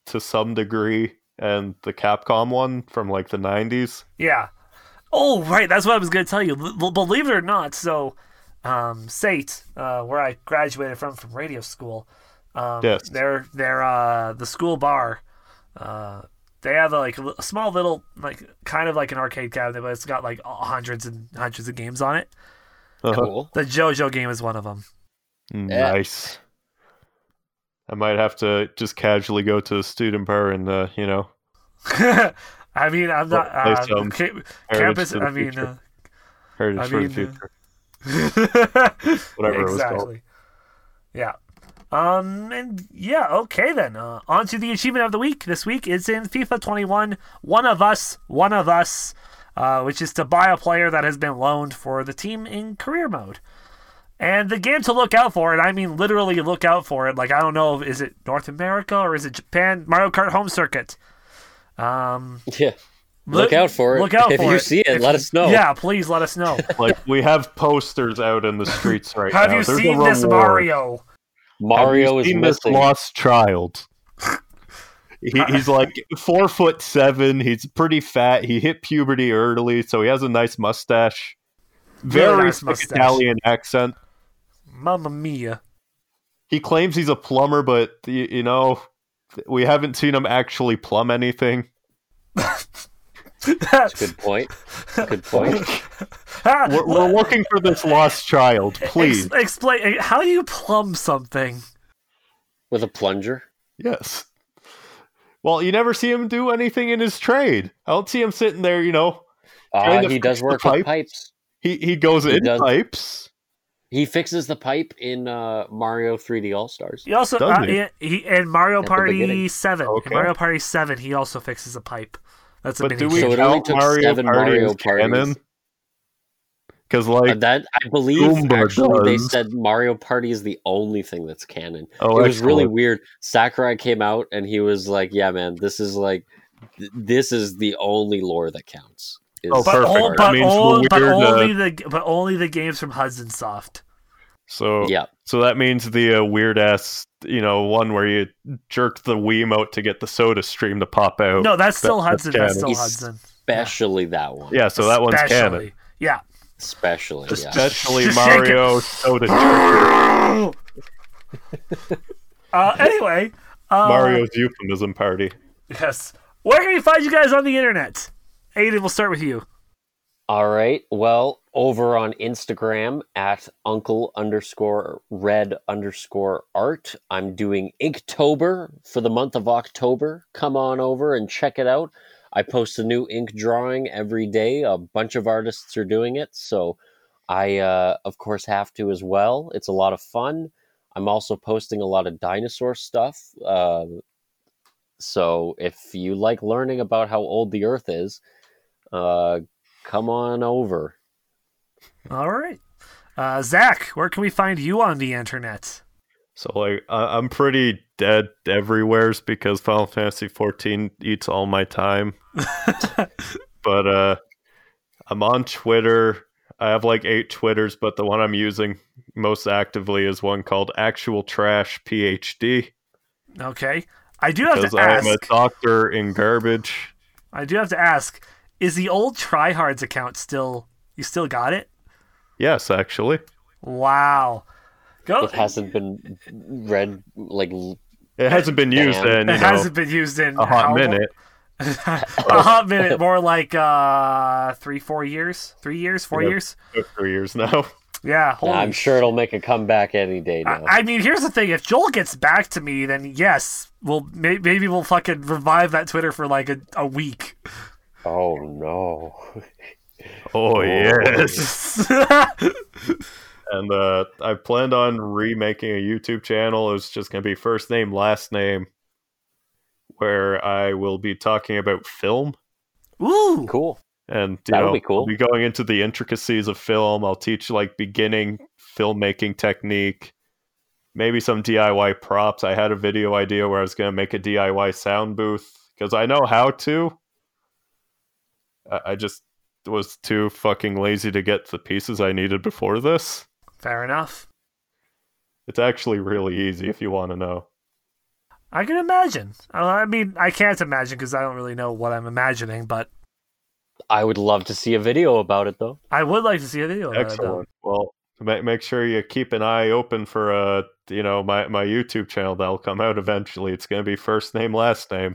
to some degree and the Capcom one from like the 90s.
Yeah. Oh right, that's what I was gonna tell you. L- l- believe it or not, so um, Sate, uh, where I graduated from from radio school, um,
Yes.
their their uh, the school bar, uh, they have a, like a, li- a small little like kind of like an arcade cabinet, but it's got like a- hundreds and hundreds of games on it.
hmm.
Uh-huh.
cool.
The JoJo game is one of them.
Nice. I might have to just casually go to the student bar and, uh, you know,
I mean, I'm not
Well,
uh,
there's, um,
ca-
Heritage
campus.
to the
I mean.
Future.
Uh,
Heritage
I
for
mean,
the
uh,
Future.
whatever
Whatever it was called.
Yeah. Um and yeah, okay then. Uh, on to the achievement of the week. This week is in FIFA 21. One of us, one of us, uh, which is to buy a player that has been loaned for the team in career mode. And the game to look out for, and I mean literally look out for it. Like I don't know, is it North America or is it Japan? Mario Kart Home Circuit. Um,
Yeah. Look
li-
out for it.
Look out
if
for
you
it.
see it,
If-
let us know.
Yeah, please let us know.
like we have posters out in the streets right
Have
now.
you
There's a
seen this
reward.
Mario?
Mario
Have
is
you seen
missing.
this lost child. He, he's like four foot seven. He's pretty fat. He hit puberty early, so he has a nice mustache. Very
nice
thick
mustache.
Italian accent.
Mamma mia.
He claims he's a plumber, but you, you know, we haven't seen him actually plumb anything.
Good point. Good point.
Ah,
We're, we're looking for this lost child,
ex-
please.
explain how do you plumb something?
With a plunger.
Yes. Well, you never see him do anything in his trade. I don't see him sitting there, you know. Trying
Uh,
to
he does
fix the
work
pipe.
with pipes.
He he goes
He
in
does.
pipes.
He fixes the pipe in uh, Mario 3D All Stars.
He also
Doesn't
uh,
he?
he? he- in Mario
At the
Party
beginning.
Seven. in
Okay.
Mario Party Seven, he also fixes a pipe. That's a
But
mini
do we
So
game.
it only
count
took
Mario
seven Mario
Party as canon?
parties.
Because
Uh,
like,
that I believe
Goomba
actually they
does.
said Mario Party is the only thing that's canon.
oh,
it was really
excellent.
weird. Sakurai came out and he was like, "Yeah, man, this is like, th- this is the only lore that counts." Is
Oh,
But,
perfect.
all,
That
but,
means
all-
we're
but
weird, uh,
only the but only the games from Hudson Soft.
So
Yeah,
so that means the uh, weird ass, you know, one where you jerk the Wiimote to get the Soda stream to pop out.
No, that's still
Oh, that's
Hudson. That's
canon.
still
He's-
Hudson.
especially that one.
Yeah, so that one's canon.
Especially. Yeah,
especially. Yeah.
Especially
Just shake it.
Mario Soda Jerky.
Uh, anyway, uh,
Mario's euphemism party.
Yes. Where can we find you guys on the internet? Aiden, we'll start with you.
All right. Well, over on Instagram at uncle underscore red underscore art, I'm doing Inktober for the month of October. Come on over and check it out. I post a new ink drawing every day. A bunch of artists are doing it, so I, uh, of course, have to as well. It's a lot of fun. I'm also posting a lot of dinosaur stuff. Uh, so if you like learning about how old the Earth is, uh, come on over.
All right. Uh, Zach, where can we find you on the internet?
So like I- I'm pretty dead everywhere's because Final Fantasy 14 eats all my time. but uh I'm on Twitter. I have like eight Twitters, but the one I'm using most actively is one called Actual Trash PhD
Okay. I do have
because
to
I am a
ask.
doctor in garbage.
I do have to ask. Is the old tryhards account still? You still got it?
Yes, actually.
Wow. Go.
It hasn't been read like l-
It hasn't been used in,
It
you know,
hasn't been used in
a
how
hot
long?
minute.
a hot minute, more like uh, three, four years, three years, four
Yeah.
years.
Three years now.
Yeah, holy
I'm sure it'll make a comeback any day now.
I I mean, here's the thing: if Joel gets back to me, then yes, we'll may- maybe we'll fucking revive that Twitter for like a, a week.
oh no.
Oh yes.
yeah,
and uh, I planned on remaking a YouTube channel. It's just going to be first name, last name, where I will be talking about film.
Ooh,
Cool.
And you
That would
know,
be cool.
I'll be going into the intricacies of film. I'll teach like beginning filmmaking technique, maybe some DIY props. I had a video idea where I was going to make a DIY sound booth because I know how to. I-, I just was too fucking lazy to get the pieces I needed before this.
fair enough.
It's actually really easy if you want to know.
I can imagine. Uh, I mean, I can't imagine because I don't really know what I'm imagining, but
I would love to see a video about it though.
I would like to see a video. of that, though.
Excellent. Well, ma- make sure you keep an eye open for uh, you know, my my YouTube channel that'll come out eventually. It's going to be first name last name.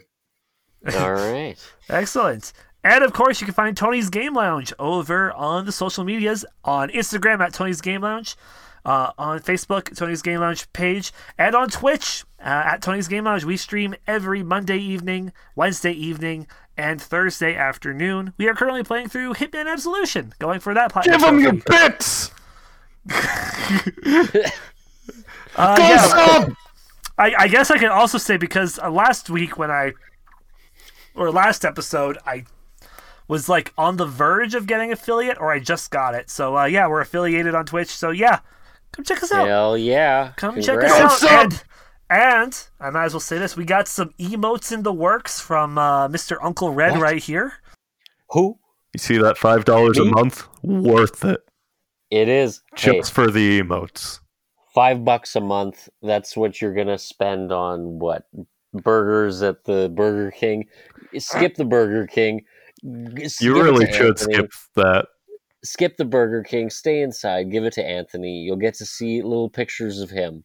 All right.
Excellent. And of course, you can find Tony's Game Lounge over on the social medias on Instagram at Tony's Game Lounge, uh, on Facebook, Tony's Game Lounge page, and on Twitch uh, at Tony's Game Lounge. We stream every Monday evening, Wednesday evening, and Thursday afternoon. We are currently playing through Hitman Absolution, going for that platinum.
Give 'em
trophy.
your bits.
Uh,
Go
yeah,
sub!
I, I guess I can also say because uh, last week when I, or last episode, I was like on the verge of getting affiliate, or I just got it. So uh, yeah, we're affiliated on Twitch. So yeah, come check us out.
Hell yeah.
Come
Congrats.
check us out. And, and I might as well say this: we got some emotes in the works from uh, Mr. Uncle Red
What?
right here.
Who?
You see that five dollars a
Me?
month? Worth it
It is. Hey,
just for the emotes.
five bucks a month. That's what you're gonna spend on what burgers at the Burger King. Skip the Burger King. G-
You
give it
really
to
should
Anthony.
skip that.
skip the Burger King, stay inside, give it to Anthony. You'll get to see little pictures of him.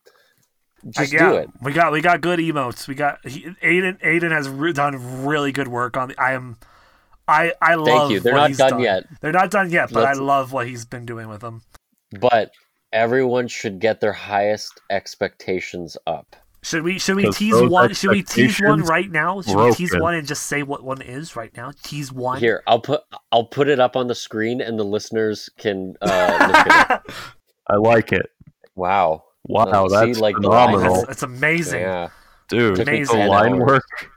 Just
I got,
do it.
We got we got good emotes. We got he, Aiden. Aiden has re- done really good work on. The, I am. I I love.
Thank you. They're
what
not
he's
done, yet,
They're not done yet, but
Let's-
I love what he's been doing with them.
but everyone should get their highest expectations up.
Should we should we
'Cause
tease
those
one? Should we tease one
expectations
right now? Should we tease
broken.
one and just say what one is right now? Tease one.
Here, I'll put I'll put it up on the screen, and the listeners can uh, look at it.
I like it.
Wow,
Wow,
see,
that's
like, the
phenomenal,
That's, that's amazing.
yeah,
dude.
Took me
The
ten
line
hours.
work.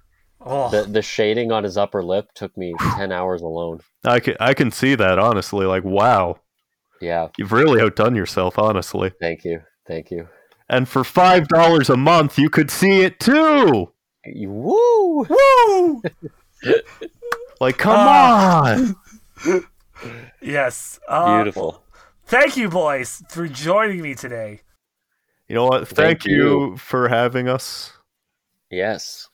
Oh,
the the shading on his upper lip took me ten hours alone.
I can I can see that honestly. Like, wow,
Yeah,
you've really outdone yourself, honestly.
thank you, thank you.
And for five dollars a month, you could see it too.
Woo!
woo!
Like, come
Ah.
on!
Yes. Uh,
Beautiful.
Thank you, boys, for joining me today.
You know what? Thank,
Thank
you. for having us.
Yes.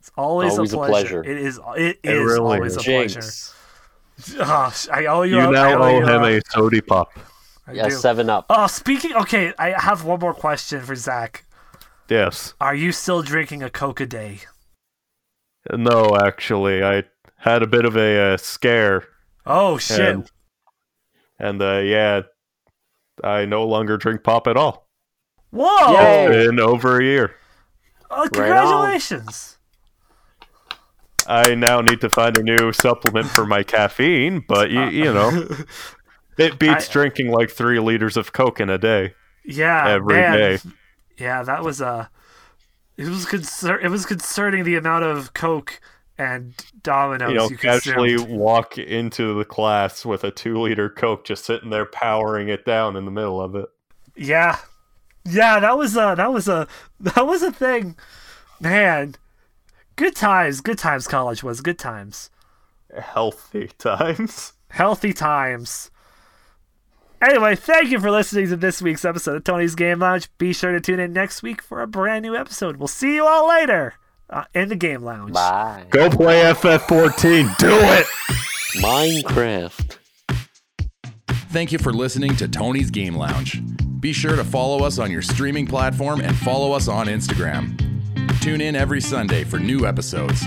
It's always,
Always
a,
a
pleasure.
pleasure.
It is. It is
really
always a
is.
pleasure.
Jinx.
Oh, I owe you.
You
a- I
now
owe
owe
you
him
a-
a sody pop.
I
Yeah,
do.
seven up.
Oh, speaking. Okay, I have one more question for Zach.
Yes.
Are you still drinking a Coke a day?
No, actually, I had a bit of a uh, scare,
Oh shit!
And- and uh, yeah, I no longer drink pop at all.
Whoa!
Yay.
Been over a year.
Oh,
Right on.
congratulations!
I now need to find a new supplement for my caffeine, but you, you know, it beats
I-
drinking like three liters of Coke in a day
Yeah,
every day.
man. Yeah, that was Uh, it was concer- It was concerning the amount of Coke and Dominoes
You know, casually
consumed.
walk into the class with a two liter Coke just sitting there powering it down in the middle of it.
Yeah, yeah, that was a that was a that was a thing, man. Good times, good times. College was good times,
Healthy times.
healthy times. Anyway, thank you for listening to this week's episode of Tony's Game Lounge. Be sure to tune in next week for a brand new episode. We'll see you all later uh, in the Game Lounge.
Bye.
Go play FF14. Do it.
Minecraft.
Thank you for listening to Tony's Game Lounge. Be sure to follow us on your streaming platform and follow us on Instagram. Tune in every Sunday for new episodes.